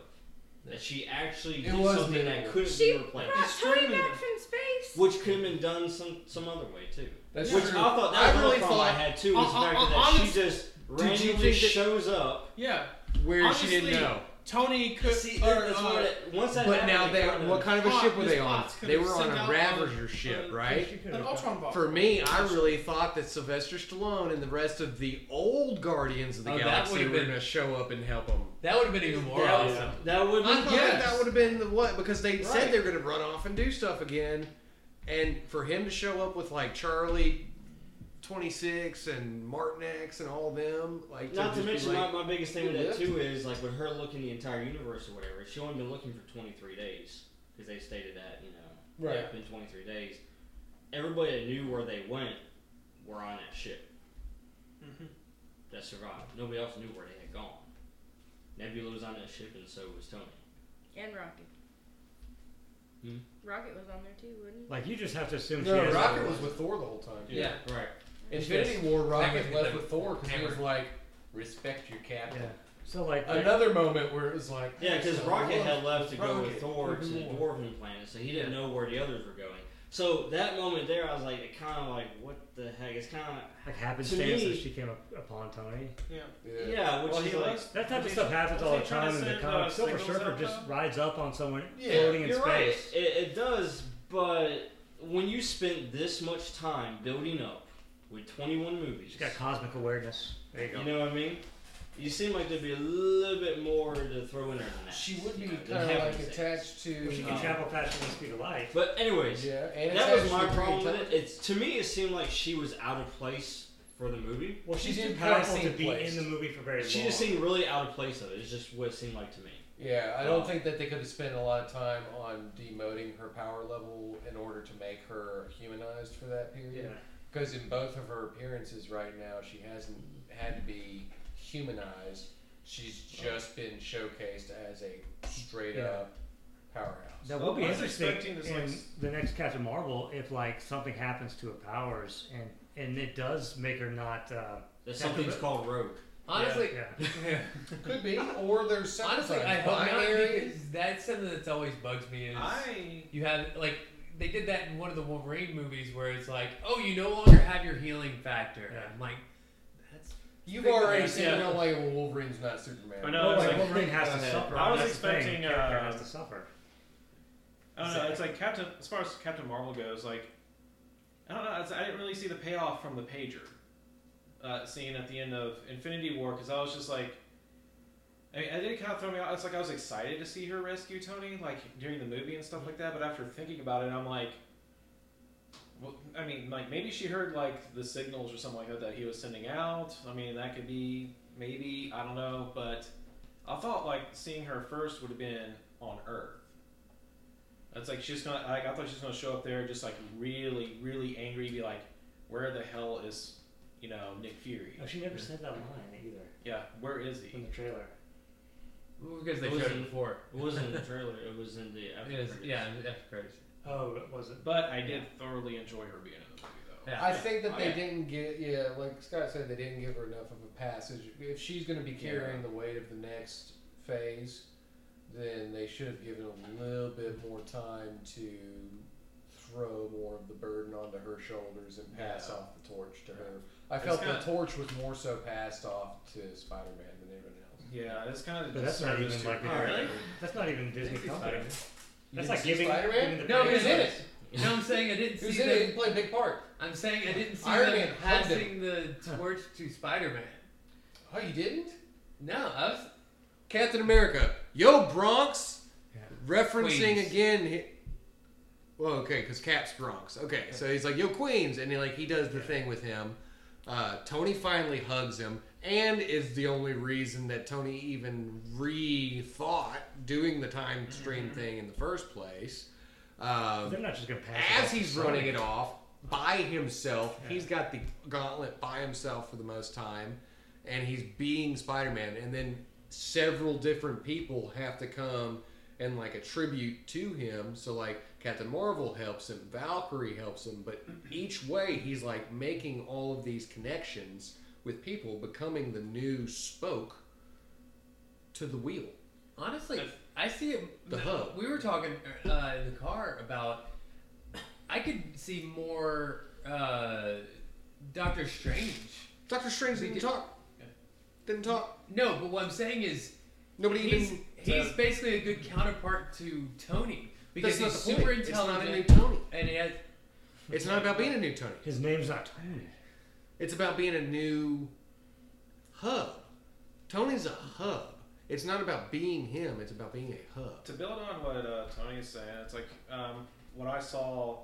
Speaker 1: that she actually
Speaker 2: It
Speaker 1: did
Speaker 2: was
Speaker 1: something
Speaker 2: minimal.
Speaker 1: that couldn't
Speaker 9: She
Speaker 1: be replaced
Speaker 9: brought
Speaker 6: It's
Speaker 9: Tony
Speaker 6: streaming
Speaker 9: back
Speaker 6: it.
Speaker 9: from space.
Speaker 1: which could have been done some some other way too
Speaker 2: That's
Speaker 1: which
Speaker 2: true.
Speaker 1: I thought that was
Speaker 2: I really
Speaker 1: another problem I
Speaker 2: thought
Speaker 1: had too was the
Speaker 6: Uh, uh,
Speaker 1: fact
Speaker 6: uh,
Speaker 1: that
Speaker 6: honest-
Speaker 1: she just
Speaker 2: you
Speaker 1: randomly
Speaker 2: think that-
Speaker 1: shows up
Speaker 6: Yeah.
Speaker 2: where she
Speaker 6: Honestly,
Speaker 2: didn't know.
Speaker 6: Tony could.
Speaker 1: see
Speaker 6: or,
Speaker 1: that's
Speaker 6: uh,
Speaker 1: what it- once that
Speaker 2: But
Speaker 1: happened,
Speaker 2: now
Speaker 1: it
Speaker 2: they
Speaker 1: kinda-
Speaker 2: what kind of a ship were
Speaker 6: This
Speaker 2: they on?
Speaker 6: box could
Speaker 2: They
Speaker 6: have
Speaker 2: were on
Speaker 6: sent out
Speaker 2: a
Speaker 6: on-
Speaker 2: Ravager
Speaker 6: on-
Speaker 2: ship, right?
Speaker 6: An Ultron Mm-hmm. box.
Speaker 2: For me, I really thought that Sylvester Stallone and the rest of the old Guardians of the
Speaker 4: Oh, that
Speaker 2: Galaxy
Speaker 4: would've
Speaker 2: were
Speaker 4: been-
Speaker 2: going to show up and help them.
Speaker 4: That would have been even more
Speaker 1: that,
Speaker 4: awesome.
Speaker 1: would- that would
Speaker 2: I thought
Speaker 6: Yes.
Speaker 2: that would have been the what because they
Speaker 1: Right.
Speaker 2: said they were going to run off and do stuff again, and for him to show up with like Charlie, twenty six and Martin X and all them like
Speaker 1: Not to
Speaker 2: just be
Speaker 1: mention,
Speaker 2: like,
Speaker 1: my, my biggest thing with
Speaker 2: "Who
Speaker 1: that too is like with her looking the entire universe or whatever. She only been looking for 23 days because they stated that you know
Speaker 6: Right.
Speaker 1: it's been 23 days. Everybody that knew where they went were on that ship
Speaker 6: Mhm.
Speaker 1: that survived. Nobody else knew where they had gone. Nebula was on that ship, and so was Tony.
Speaker 7: And Rocket.
Speaker 1: Hmm?
Speaker 7: Rocket was on there too, wouldn't he?
Speaker 5: Like you just have to assume she
Speaker 2: no,
Speaker 5: has
Speaker 2: Rocket was with Thor the whole time.
Speaker 4: Yeah.
Speaker 1: Right.
Speaker 2: Infinity War Rocket
Speaker 4: Back
Speaker 2: left
Speaker 4: in
Speaker 2: with Thor because he
Speaker 4: hammer.
Speaker 2: was like, "Respect your captain."
Speaker 5: Yeah. So like
Speaker 2: Another moment where it was like,
Speaker 1: Yeah, because
Speaker 2: so
Speaker 1: Rocket
Speaker 2: love-
Speaker 1: had left to go
Speaker 2: Rocket.
Speaker 1: with Thor to the
Speaker 2: Even more.
Speaker 1: Dwarven planet, so he didn't know where the others were going. So that moment there, I was like, it kind of like, what the heck? It's kind of
Speaker 5: like
Speaker 1: To
Speaker 5: happenstance
Speaker 1: me-
Speaker 5: that she came up upon Tony.
Speaker 1: yeah,
Speaker 2: Yeah.
Speaker 1: which
Speaker 8: Well,
Speaker 1: is
Speaker 8: he
Speaker 1: like.
Speaker 8: left.
Speaker 5: That type of
Speaker 8: Was
Speaker 5: stuff
Speaker 8: he-
Speaker 5: happens
Speaker 8: was
Speaker 5: all
Speaker 8: he
Speaker 5: the
Speaker 8: trying to
Speaker 5: time in the
Speaker 8: send, uh,
Speaker 5: comics. Silver
Speaker 8: signals
Speaker 5: Surfer
Speaker 8: out,
Speaker 5: just
Speaker 8: though?
Speaker 5: rides up on someone
Speaker 2: Yeah,
Speaker 5: floating in
Speaker 1: You're right.
Speaker 5: space.
Speaker 1: It, it does, but when you spent this much time building up with 21 movies,
Speaker 5: She's got cosmic awareness. There you go.
Speaker 1: you know what I mean? You seem like there'd be a little bit more to throw in there than that.
Speaker 2: She would be
Speaker 1: You know, than
Speaker 2: kind of like
Speaker 1: happenstance.
Speaker 2: attached to. uh,
Speaker 5: Well, she can
Speaker 1: Um,
Speaker 5: travel faster than the speed of light.
Speaker 1: But anyways,
Speaker 2: yeah, and
Speaker 1: that
Speaker 2: it's
Speaker 1: was my
Speaker 2: actually
Speaker 1: problem
Speaker 2: pretty
Speaker 1: with it. It's to me, it seemed like she was out of place for the movie.
Speaker 5: Well,
Speaker 2: she's
Speaker 5: she's too
Speaker 2: in
Speaker 5: powerful to
Speaker 2: passing
Speaker 5: be
Speaker 2: place.
Speaker 5: in the movie for very
Speaker 1: She
Speaker 5: long.
Speaker 1: just seemed really out of place of it. It's just what it seemed like to me.
Speaker 2: tough. Yeah, I don't
Speaker 1: Um,
Speaker 2: think that they could have spent a lot of time on demoting her power level in order to make her humanized for that
Speaker 5: yeah.
Speaker 2: period. Because in both of her appearances right now, she hasn't had to be humanized. She's just been showcased as a straight up powerhouse.
Speaker 5: That
Speaker 8: Well,
Speaker 5: would be
Speaker 8: I was
Speaker 5: interesting
Speaker 8: expecting this,
Speaker 5: in
Speaker 8: like,
Speaker 5: the next Captain Marvel if like something happens to her powers and and it does make her not. Uh,
Speaker 1: That something's called rogue.
Speaker 4: Honestly,
Speaker 2: (laughs)
Speaker 5: yeah.
Speaker 2: Could be, or there's some
Speaker 4: honestly, I
Speaker 2: like
Speaker 4: hope not
Speaker 2: binary.
Speaker 4: because that's something that's always bugs me. Is
Speaker 6: I.
Speaker 4: you have like they did that in one of the Wolverine movies where it's like, oh, you no longer have your healing factor.
Speaker 5: Yeah.
Speaker 4: I'm like, that's
Speaker 2: You've already
Speaker 4: Yeah.
Speaker 2: seen yeah. like well, Wolverine's not Superman.
Speaker 5: No,
Speaker 8: I know. it's
Speaker 5: like,
Speaker 8: like,
Speaker 5: Wolverine has to
Speaker 1: Okay.
Speaker 5: suffer.
Speaker 8: I was
Speaker 5: That's the thing.
Speaker 8: expecting,
Speaker 5: Character
Speaker 8: uh,
Speaker 5: has to suffer.
Speaker 8: I don't know. It's like Captain. As far as Captain Marvel goes, like I don't know. It's, I didn't really see the payoff from the pager uh, scene at the end of Infinity War because I was just like, I mean, it did kind of throw me off. It's like I was excited to see her rescue Tony, like during the movie and stuff like that. But after thinking about it, I'm like, well, I mean, like maybe she heard like the signals or something like that that he was sending out. I mean, that could be maybe I don't know, but I thought like seeing her first would have been on Earth. That's like she's gonna. Like, I thought she was gonna show up there just like really, really angry, be like, "Where the hell is, you know, Nick Fury?
Speaker 5: Oh, she never said that line either
Speaker 8: Yeah, where is
Speaker 5: in
Speaker 8: he?"
Speaker 5: the trailer.
Speaker 4: because they
Speaker 1: It was
Speaker 4: showed
Speaker 1: in-
Speaker 4: it before.
Speaker 1: It wasn't
Speaker 4: (laughs)
Speaker 1: in the trailer. It was in the.
Speaker 4: It was, yeah, it was after credits.
Speaker 5: Oh, was it?
Speaker 8: But I did thoroughly enjoy her being in the movie, though.
Speaker 4: Yeah.
Speaker 2: I think that
Speaker 8: Oh,
Speaker 2: they
Speaker 8: yeah.
Speaker 2: didn't get yeah, like Scott said, they didn't give her enough of a passage. If she's going to be carrying the weight of the next phase, then they should have given a little bit more time to throw more of the burden onto her shoulders and pass
Speaker 8: Yeah.
Speaker 2: off the torch to
Speaker 8: Yeah.
Speaker 2: her. I
Speaker 8: It's
Speaker 2: felt
Speaker 8: kinda-
Speaker 2: the torch was more so passed off to Spider Man than anyone else.
Speaker 8: Yeah, it's kind of
Speaker 5: But that's not even like
Speaker 1: Oh, really?
Speaker 5: that's not even Disney
Speaker 8: Disney
Speaker 5: company.
Speaker 8: Spider-Man.
Speaker 2: You
Speaker 5: That's
Speaker 2: didn't
Speaker 5: like
Speaker 2: see
Speaker 5: giving,
Speaker 2: Spider-Man?
Speaker 5: giving the
Speaker 4: No,
Speaker 5: bad
Speaker 2: Who's
Speaker 4: it's-
Speaker 5: guy-
Speaker 2: in it?
Speaker 4: (laughs) No, I'm saying I didn't
Speaker 2: Who's
Speaker 4: see
Speaker 2: in it?
Speaker 4: them.
Speaker 2: He played a big part.
Speaker 4: I'm saying I didn't see
Speaker 2: Iron
Speaker 4: them
Speaker 2: Man had them. (laughs)
Speaker 4: passing the torch to Spider-Man.
Speaker 2: Oh, you didn't?
Speaker 4: No, I was
Speaker 2: Captain America. Yo, Bronx.
Speaker 5: Yeah.
Speaker 2: Referencing
Speaker 4: Queens.
Speaker 2: again. hi- Well, okay, because Cap's Bronx. Okay, so he's like, "Yo, Queens," and he like he does the thing with him. Uh, Tony finally hugs him, and is the only reason that Tony even rethought doing the time stream thing in the first place. Um,
Speaker 5: They're not just gonna pass. it
Speaker 2: as
Speaker 5: off to
Speaker 2: he's
Speaker 5: Sony.
Speaker 2: running it off by himself, he's got the gauntlet by himself for the most time, and he's being Spider Man. And then several different people have to come and like attribute to him. So, like, Captain Marvel helps him, Valkyrie helps him, but each way he's like making all of these connections with people, becoming the new spoke to the wheel.
Speaker 4: Honestly,
Speaker 8: That's-
Speaker 4: I see it.
Speaker 2: The hub.
Speaker 4: (laughs) We were talking uh, in the car about. I could see more uh, Doctor Strange.
Speaker 2: Doctor Strange
Speaker 4: We
Speaker 2: didn't
Speaker 4: did-
Speaker 2: talk. Didn't talk.
Speaker 4: No, but what I'm saying is
Speaker 2: Nobody
Speaker 4: he's,
Speaker 2: even.
Speaker 4: he's basically a good counterpart to Tony because
Speaker 2: That's not
Speaker 4: he's
Speaker 2: the
Speaker 4: super
Speaker 2: point. It's not a new
Speaker 4: intelligent
Speaker 2: Tony.
Speaker 4: and he has.
Speaker 2: It's not about being a new Tony.
Speaker 5: His name's not Tony.
Speaker 2: It's about being a new hub. Tony's a hub. It's not about being him. It's about being a hub.
Speaker 8: To build on what uh, Tony is saying, it's like um, what I saw,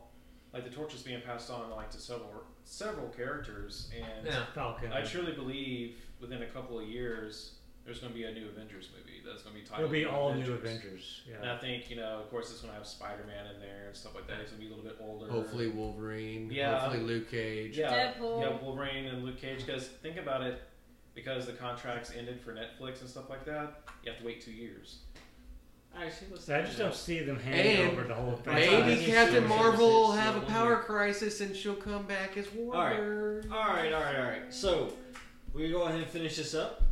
Speaker 8: like the torches being passed on like to several several characters, and
Speaker 4: Yeah.
Speaker 5: Falcon.
Speaker 8: I truly believe within a couple of years there's going to be a new Avengers movie that's going to be titled
Speaker 5: It'll be
Speaker 8: New
Speaker 5: all new Avengers.
Speaker 8: And
Speaker 5: Yeah.
Speaker 8: I think you know, of course, it's going to have Spider Man in there and stuff like that. He's going to be a little bit older.
Speaker 2: Hopefully Wolverine.
Speaker 8: Yeah.
Speaker 2: Hopefully Luke Cage.
Speaker 8: yeah,
Speaker 9: Deadpool.
Speaker 8: yeah, Wolverine and Luke Cage. Because think about it, because the contracts ended for Netflix and stuff like that, you have to wait two years.
Speaker 6: Actually, let's.
Speaker 5: So I just don't see them handing
Speaker 2: And
Speaker 5: over the whole thing.
Speaker 2: Maybe
Speaker 1: That's-
Speaker 2: Captain
Speaker 1: that's-
Speaker 2: Marvel will
Speaker 1: that's-
Speaker 2: have a
Speaker 1: yeah,
Speaker 2: power
Speaker 1: Wolverine.
Speaker 2: crisis and she'll come back as Warrior.
Speaker 1: Alright. All right, all right, all right. So we go ahead and finish this up.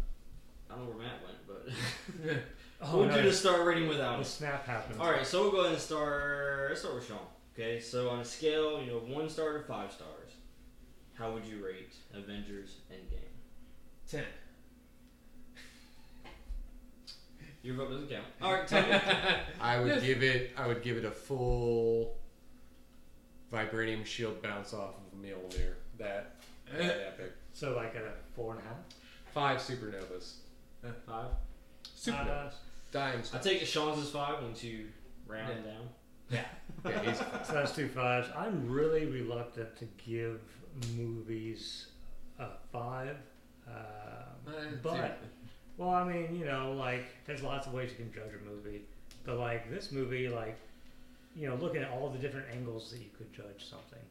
Speaker 1: I don't know where Matt went, but (laughs)
Speaker 5: Oh,
Speaker 1: we'll do
Speaker 5: no,
Speaker 1: the start rating
Speaker 5: the
Speaker 1: without.
Speaker 5: snap happens.
Speaker 1: All right, so we'll go ahead and start. Let's start with Sean. Okay, so on a scale, you know, one star to five stars, how would you rate Avengers Endgame?
Speaker 4: Ten.
Speaker 1: Your vote doesn't count. All right, Tony. (laughs)
Speaker 2: I would
Speaker 4: Yes.
Speaker 2: give it. I would give it a full vibranium shield bounce off of Mjolnir. That, (laughs) that epic.
Speaker 5: So like a four and a half.
Speaker 2: Five supernovas.
Speaker 1: five.
Speaker 2: Supernovas.
Speaker 5: Uh,
Speaker 2: Dime
Speaker 1: I take it Sean's is five. One, two, round down.
Speaker 2: Yeah, he's
Speaker 5: So that's two fives. I'm really reluctant to give movies a five. Um, but, well, I mean, you know, like, there's lots of ways you can judge a movie. But, like, this movie, like, you know, looking at all the different angles that you could judge something,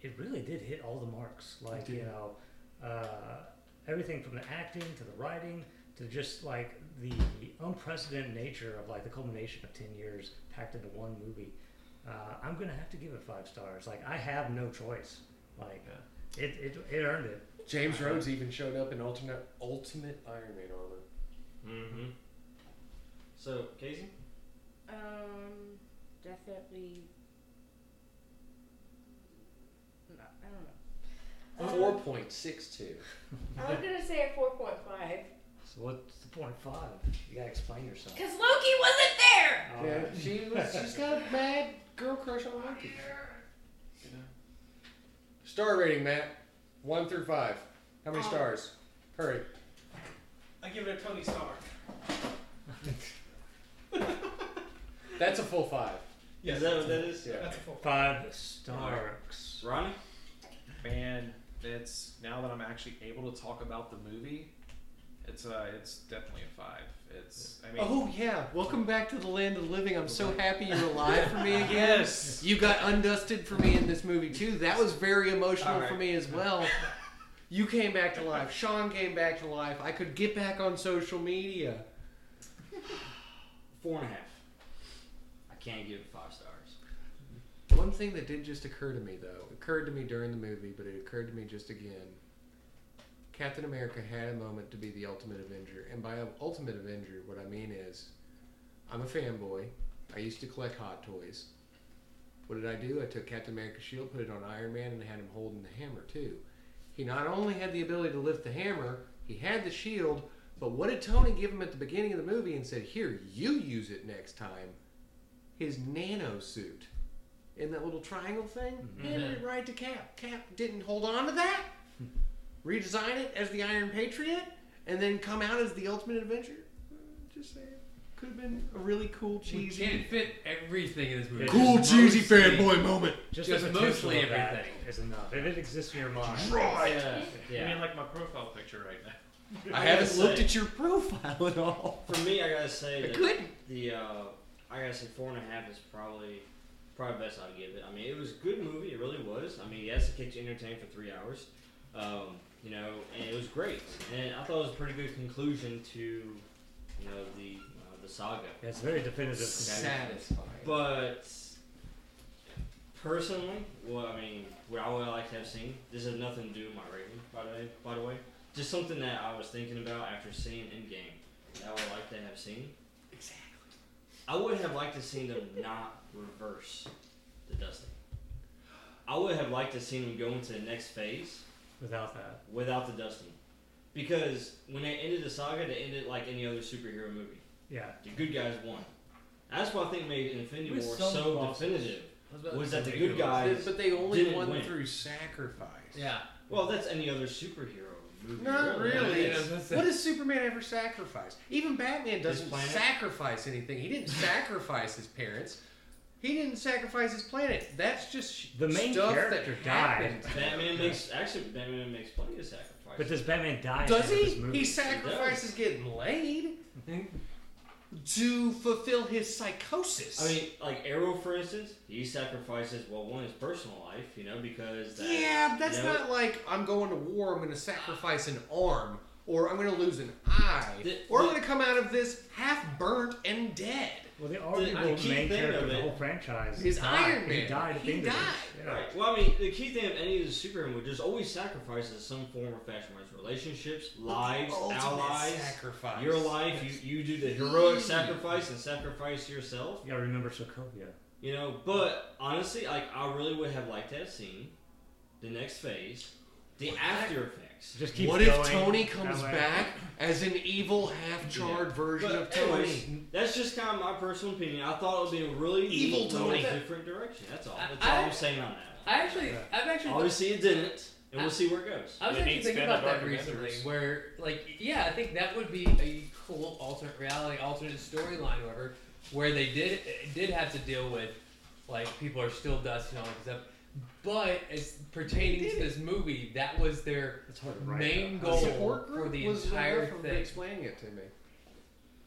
Speaker 5: it really did hit all the marks. Like, you know, uh, everything from the acting to the writing to just, like, the unprecedented nature of, like, the culmination of 10 years packed into one movie. Uh, I'm going to have to give it five stars. Like, I have no choice. Like, it, it, it earned it.
Speaker 2: James Rhodes even showed up in alternate ultimate Iron Man armor.
Speaker 1: Mm-hmm. So Casey.
Speaker 7: Um, definitely. No, I don't know. Um,
Speaker 2: Four point six two.
Speaker 7: I was gonna say a four point five
Speaker 5: So what's the point of five? You gotta explain yourself. Uh,
Speaker 7: because Loki wasn't there.
Speaker 5: All
Speaker 2: Yeah,
Speaker 5: right.
Speaker 2: she was. She's got a mad girl crush on Loki. Star rating, Matt. One through five. How many
Speaker 6: Oh.
Speaker 2: stars? Hurry.
Speaker 6: I give it a Tony Stark.
Speaker 2: That's a full five.
Speaker 1: Is that what that is?
Speaker 2: Yeah.
Speaker 6: That's a full.
Speaker 5: Five stars.
Speaker 1: Ronnie.
Speaker 8: Man, it's now that I'm actually able to talk about the movie, it's uh, it's definitely a five. It's I mean,
Speaker 2: Oh yeah. Welcome back to the land of the living. I'm so happy you're alive for me
Speaker 5: (laughs)
Speaker 2: again. You got undusted for me in this movie too. That was very emotional
Speaker 1: All right.
Speaker 2: for me as well. You came back to life. Sean came back to life. I could get back on social media.
Speaker 1: Four and a half. I can't give it five stars.
Speaker 2: One thing that did just occur to me, though, occurred to me during the movie, but it occurred to me just again. Captain America had a moment to be the ultimate Avenger, and by ultimate Avenger, what I mean is, I'm a fanboy. I used to collect hot toys. What did I do? I took Captain America's shield, put it on Iron Man, and had him holding the hammer too. He not only had the ability to lift the hammer, he had the shield. But what did Tony give him at the beginning of the movie and said, "Here, you use it next time"? His nano suit in that little triangle thing, handed it right to Cap. Cap didn't hold on to that. Redesign it as the Iron Patriot, and then come out as the Ultimate Adventure. Just saying, could have been a really cool,
Speaker 4: We
Speaker 2: cheesy.
Speaker 4: can't fit everything in this movie.
Speaker 5: Cool,
Speaker 4: Just
Speaker 2: cheesy
Speaker 4: mostly-
Speaker 2: fanboy moment.
Speaker 5: Just,
Speaker 4: Just
Speaker 5: the potential
Speaker 4: mostly
Speaker 5: of that
Speaker 4: everything.
Speaker 5: is enough. If it exists in your mind,
Speaker 1: Yeah,
Speaker 8: I
Speaker 1: yeah.
Speaker 8: mean, like my profile picture right now.
Speaker 2: I
Speaker 1: Yes,
Speaker 2: haven't looked
Speaker 1: I-
Speaker 2: at your profile at all.
Speaker 1: For me, I gotta say
Speaker 2: I
Speaker 1: that
Speaker 2: couldn't.
Speaker 1: the uh, I gotta say four and a half is probably probably best I'd give it. I mean, it was a good movie. It really was. I mean, yes, it kept you entertained for three hours. Um, you know, and it was great. And I thought it was a pretty good conclusion to you know the uh, the saga.
Speaker 5: Yeah, it's very definitive.
Speaker 2: Satisfying.
Speaker 1: But personally, well, I mean, what I would like to have seen. This has nothing to do with my rating, by the way. By the way, just something that I was thinking about after seeing Endgame. That I would like to have seen.
Speaker 2: Exactly.
Speaker 1: I would have liked to seen them not reverse the dusting. I would have liked to seen them go into the next phase
Speaker 5: Without that,
Speaker 1: without the dusting, because when they ended the saga, they ended like any other superhero movie
Speaker 5: yeah.
Speaker 1: the good guys won. That's why I think made Infinity
Speaker 4: With
Speaker 1: War
Speaker 4: some
Speaker 1: so
Speaker 4: bosses.
Speaker 1: definitive.
Speaker 4: I about
Speaker 1: Was
Speaker 4: to
Speaker 1: that
Speaker 4: say
Speaker 1: the good
Speaker 4: Ridiculous.
Speaker 1: guy?
Speaker 2: But they only
Speaker 1: Didn't
Speaker 2: won
Speaker 1: win.
Speaker 2: through sacrifice.
Speaker 4: Yeah.
Speaker 1: Well, that's any other superhero movie.
Speaker 2: Not really.
Speaker 4: Yeah, I was gonna say-
Speaker 2: What does Superman ever sacrifice? Even Batman doesn't
Speaker 1: planet?
Speaker 2: sacrifice anything. He didn't sacrifice his parents. He didn't sacrifice his planet. That's just sh-
Speaker 5: The main
Speaker 2: stuff
Speaker 5: character
Speaker 2: that
Speaker 5: died.
Speaker 2: happened.
Speaker 1: Batman makes actually Batman makes plenty of sacrifices.
Speaker 5: But does Batman die? at the
Speaker 2: Does
Speaker 5: end of this
Speaker 2: he?
Speaker 5: movie? Mm-hmm.
Speaker 2: He sacrifices getting laid to fulfill his psychosis.
Speaker 1: I mean, like Arrow, for instance, he sacrifices well, one his personal life, you know, because that,
Speaker 2: Yeah, but that's
Speaker 1: you know,
Speaker 2: not like I'm going to war, I'm going to sacrifice an arm, or I'm going to lose an eye,
Speaker 1: The-
Speaker 2: or I'm
Speaker 1: the-
Speaker 2: going to come out of this half burnt and dead.
Speaker 5: Well, the
Speaker 1: the
Speaker 5: arguable
Speaker 1: key
Speaker 5: main
Speaker 1: thing
Speaker 5: character
Speaker 1: of
Speaker 5: of the
Speaker 1: it
Speaker 5: whole franchise
Speaker 2: is
Speaker 5: died.
Speaker 2: Iron
Speaker 5: He
Speaker 2: Man.
Speaker 5: died. At the
Speaker 2: He
Speaker 5: end of this.
Speaker 2: died.
Speaker 5: Yeah.
Speaker 1: Right. Well, I mean, the key thing of any of the superhero movies, there's always sacrifices, some form or fashion, whether it's relationships, lives,
Speaker 2: Ultimate
Speaker 1: allies,
Speaker 2: sacrifice.
Speaker 1: your life. You you do the heroic
Speaker 2: Mm.
Speaker 1: sacrifice and sacrifice yourself.
Speaker 5: You gotta remember Sokovia.
Speaker 1: You know, but honestly, like I really would have liked to have seen the next phase, the after effects.
Speaker 5: Just keep
Speaker 2: what if
Speaker 5: going
Speaker 2: Tony
Speaker 5: that
Speaker 2: comes
Speaker 5: way.
Speaker 2: back as an evil, half-charred version of
Speaker 1: But
Speaker 2: Tony?
Speaker 1: anyways, that's just kind of my personal opinion. I thought it would be a really
Speaker 2: Evil
Speaker 1: neat
Speaker 2: Tony.
Speaker 1: little different direction. That's all.
Speaker 4: I-
Speaker 1: That's all I,
Speaker 4: I-
Speaker 1: am saying on that.
Speaker 4: I actually, I've actually.
Speaker 1: Obviously, it didn't, and
Speaker 4: I-
Speaker 1: we'll see where it goes.
Speaker 4: I was
Speaker 8: It
Speaker 4: actually
Speaker 8: needs
Speaker 4: thinking
Speaker 8: Band of
Speaker 4: about that
Speaker 8: Dark
Speaker 4: recently,
Speaker 8: Avengers.
Speaker 4: where like yeah, I think that would be a cool alternate reality, alternate storyline, whatever, where they did did have to deal with like people are still dust and all that stuff. But as pertaining to this movie, that was their
Speaker 5: It's hard to write.
Speaker 4: Main
Speaker 5: though.
Speaker 4: goal.
Speaker 2: support
Speaker 4: for
Speaker 2: group
Speaker 4: the
Speaker 2: was
Speaker 4: entire
Speaker 2: enough
Speaker 4: thing.
Speaker 2: of explaining it to me.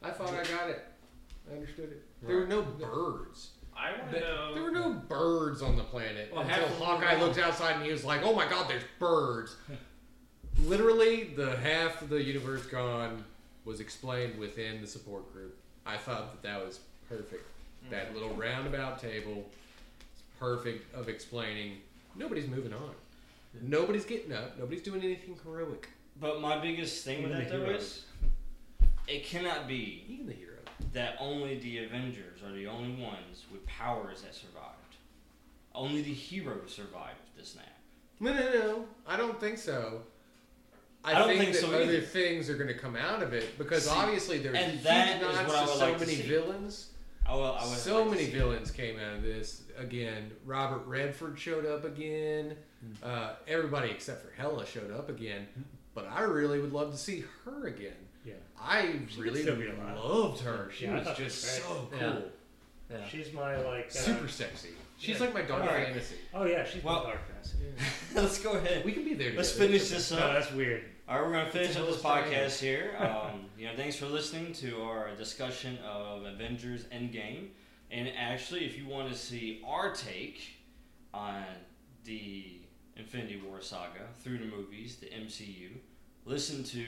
Speaker 2: I thought I got it. I understood it. There were no birds.
Speaker 8: I want to
Speaker 4: But-
Speaker 8: know.
Speaker 2: There were no birds on the planet
Speaker 1: Well,
Speaker 2: until
Speaker 1: half of them
Speaker 2: Hawkeye
Speaker 1: were.
Speaker 2: looked outside and he was like, "Oh my God, there's birds!" Literally, the half of the universe gone was explained within the support group. I thought that that was perfect. That little roundabout table, is perfect of explaining. Nobody's moving on. Nobody's getting up. Nobody's doing anything heroic.
Speaker 1: But my biggest thing with
Speaker 5: Even
Speaker 1: that
Speaker 5: the
Speaker 1: though is,
Speaker 5: heroes.
Speaker 1: it cannot be
Speaker 2: Even the hero.
Speaker 1: that only the Avengers are the only ones with powers that survived. Only the heroes survived the snap.
Speaker 2: No, no, no. I don't think so. I,
Speaker 1: I don't
Speaker 2: think,
Speaker 1: think
Speaker 2: that
Speaker 1: so
Speaker 2: other
Speaker 1: either.
Speaker 2: things are going to come out of it because obviously there's
Speaker 1: and
Speaker 2: huge
Speaker 1: that is
Speaker 2: nods
Speaker 1: what I
Speaker 2: to
Speaker 1: would
Speaker 2: so
Speaker 1: like to
Speaker 2: many
Speaker 1: see.
Speaker 2: villains.
Speaker 1: I will. Oh, I would
Speaker 2: so
Speaker 1: like to
Speaker 2: many
Speaker 1: see-
Speaker 2: villains came out of this again. Robert Redford showed up again.
Speaker 1: Mm.
Speaker 2: Uh, everybody except for Hella showed up again. But I really would love to see her again.
Speaker 5: Yeah.
Speaker 2: I
Speaker 5: could
Speaker 2: really
Speaker 5: still be alive.
Speaker 2: loved her. She
Speaker 5: Yeah, I
Speaker 2: was
Speaker 5: thought she
Speaker 2: just
Speaker 5: was
Speaker 2: so cool,
Speaker 4: Yeah. Yeah.
Speaker 5: She's my like. Uh,
Speaker 2: super sexy. She's
Speaker 5: Yeah.
Speaker 2: like my dark
Speaker 1: All right.
Speaker 2: fantasy.
Speaker 5: Oh yeah, she's
Speaker 1: Well-
Speaker 5: my dark fantasy.
Speaker 1: (laughs) Let's go ahead.
Speaker 2: We can be there.
Speaker 1: Let's
Speaker 2: together.
Speaker 1: finish this
Speaker 5: No,
Speaker 1: up.
Speaker 5: that's weird.
Speaker 1: All right, we're gonna finish up this
Speaker 2: Tell us
Speaker 1: podcast
Speaker 2: (laughs)
Speaker 1: here. Um, you know, thanks for listening to our discussion of Avengers Endgame. And actually, if you want to see our take on the Infinity War saga through the movies, the MCU, listen to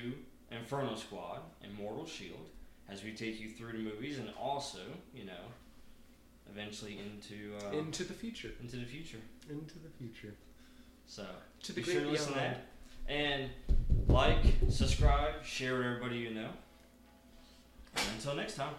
Speaker 1: Inferno Squad and Mortal Shield as we take you through the movies and also, you know, eventually into uh,
Speaker 2: into the future.
Speaker 1: into the future.
Speaker 2: Into the future.
Speaker 1: So
Speaker 2: To
Speaker 1: be
Speaker 2: the
Speaker 1: sure
Speaker 2: great
Speaker 1: to listen to
Speaker 2: beyond.
Speaker 1: that. And like, subscribe, share with everybody you know. And until next time.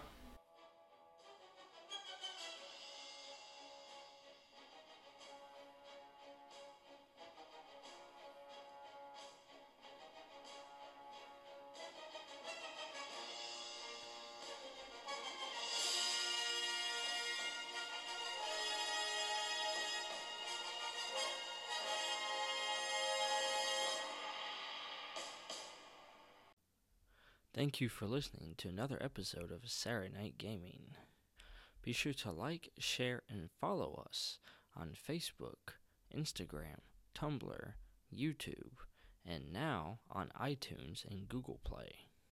Speaker 10: Thank you for listening to another episode of Saturday Night Gaming. Be sure to like, share, and follow us on Facebook, Instagram, Tumblr, YouTube, and now on iTunes and Google Play.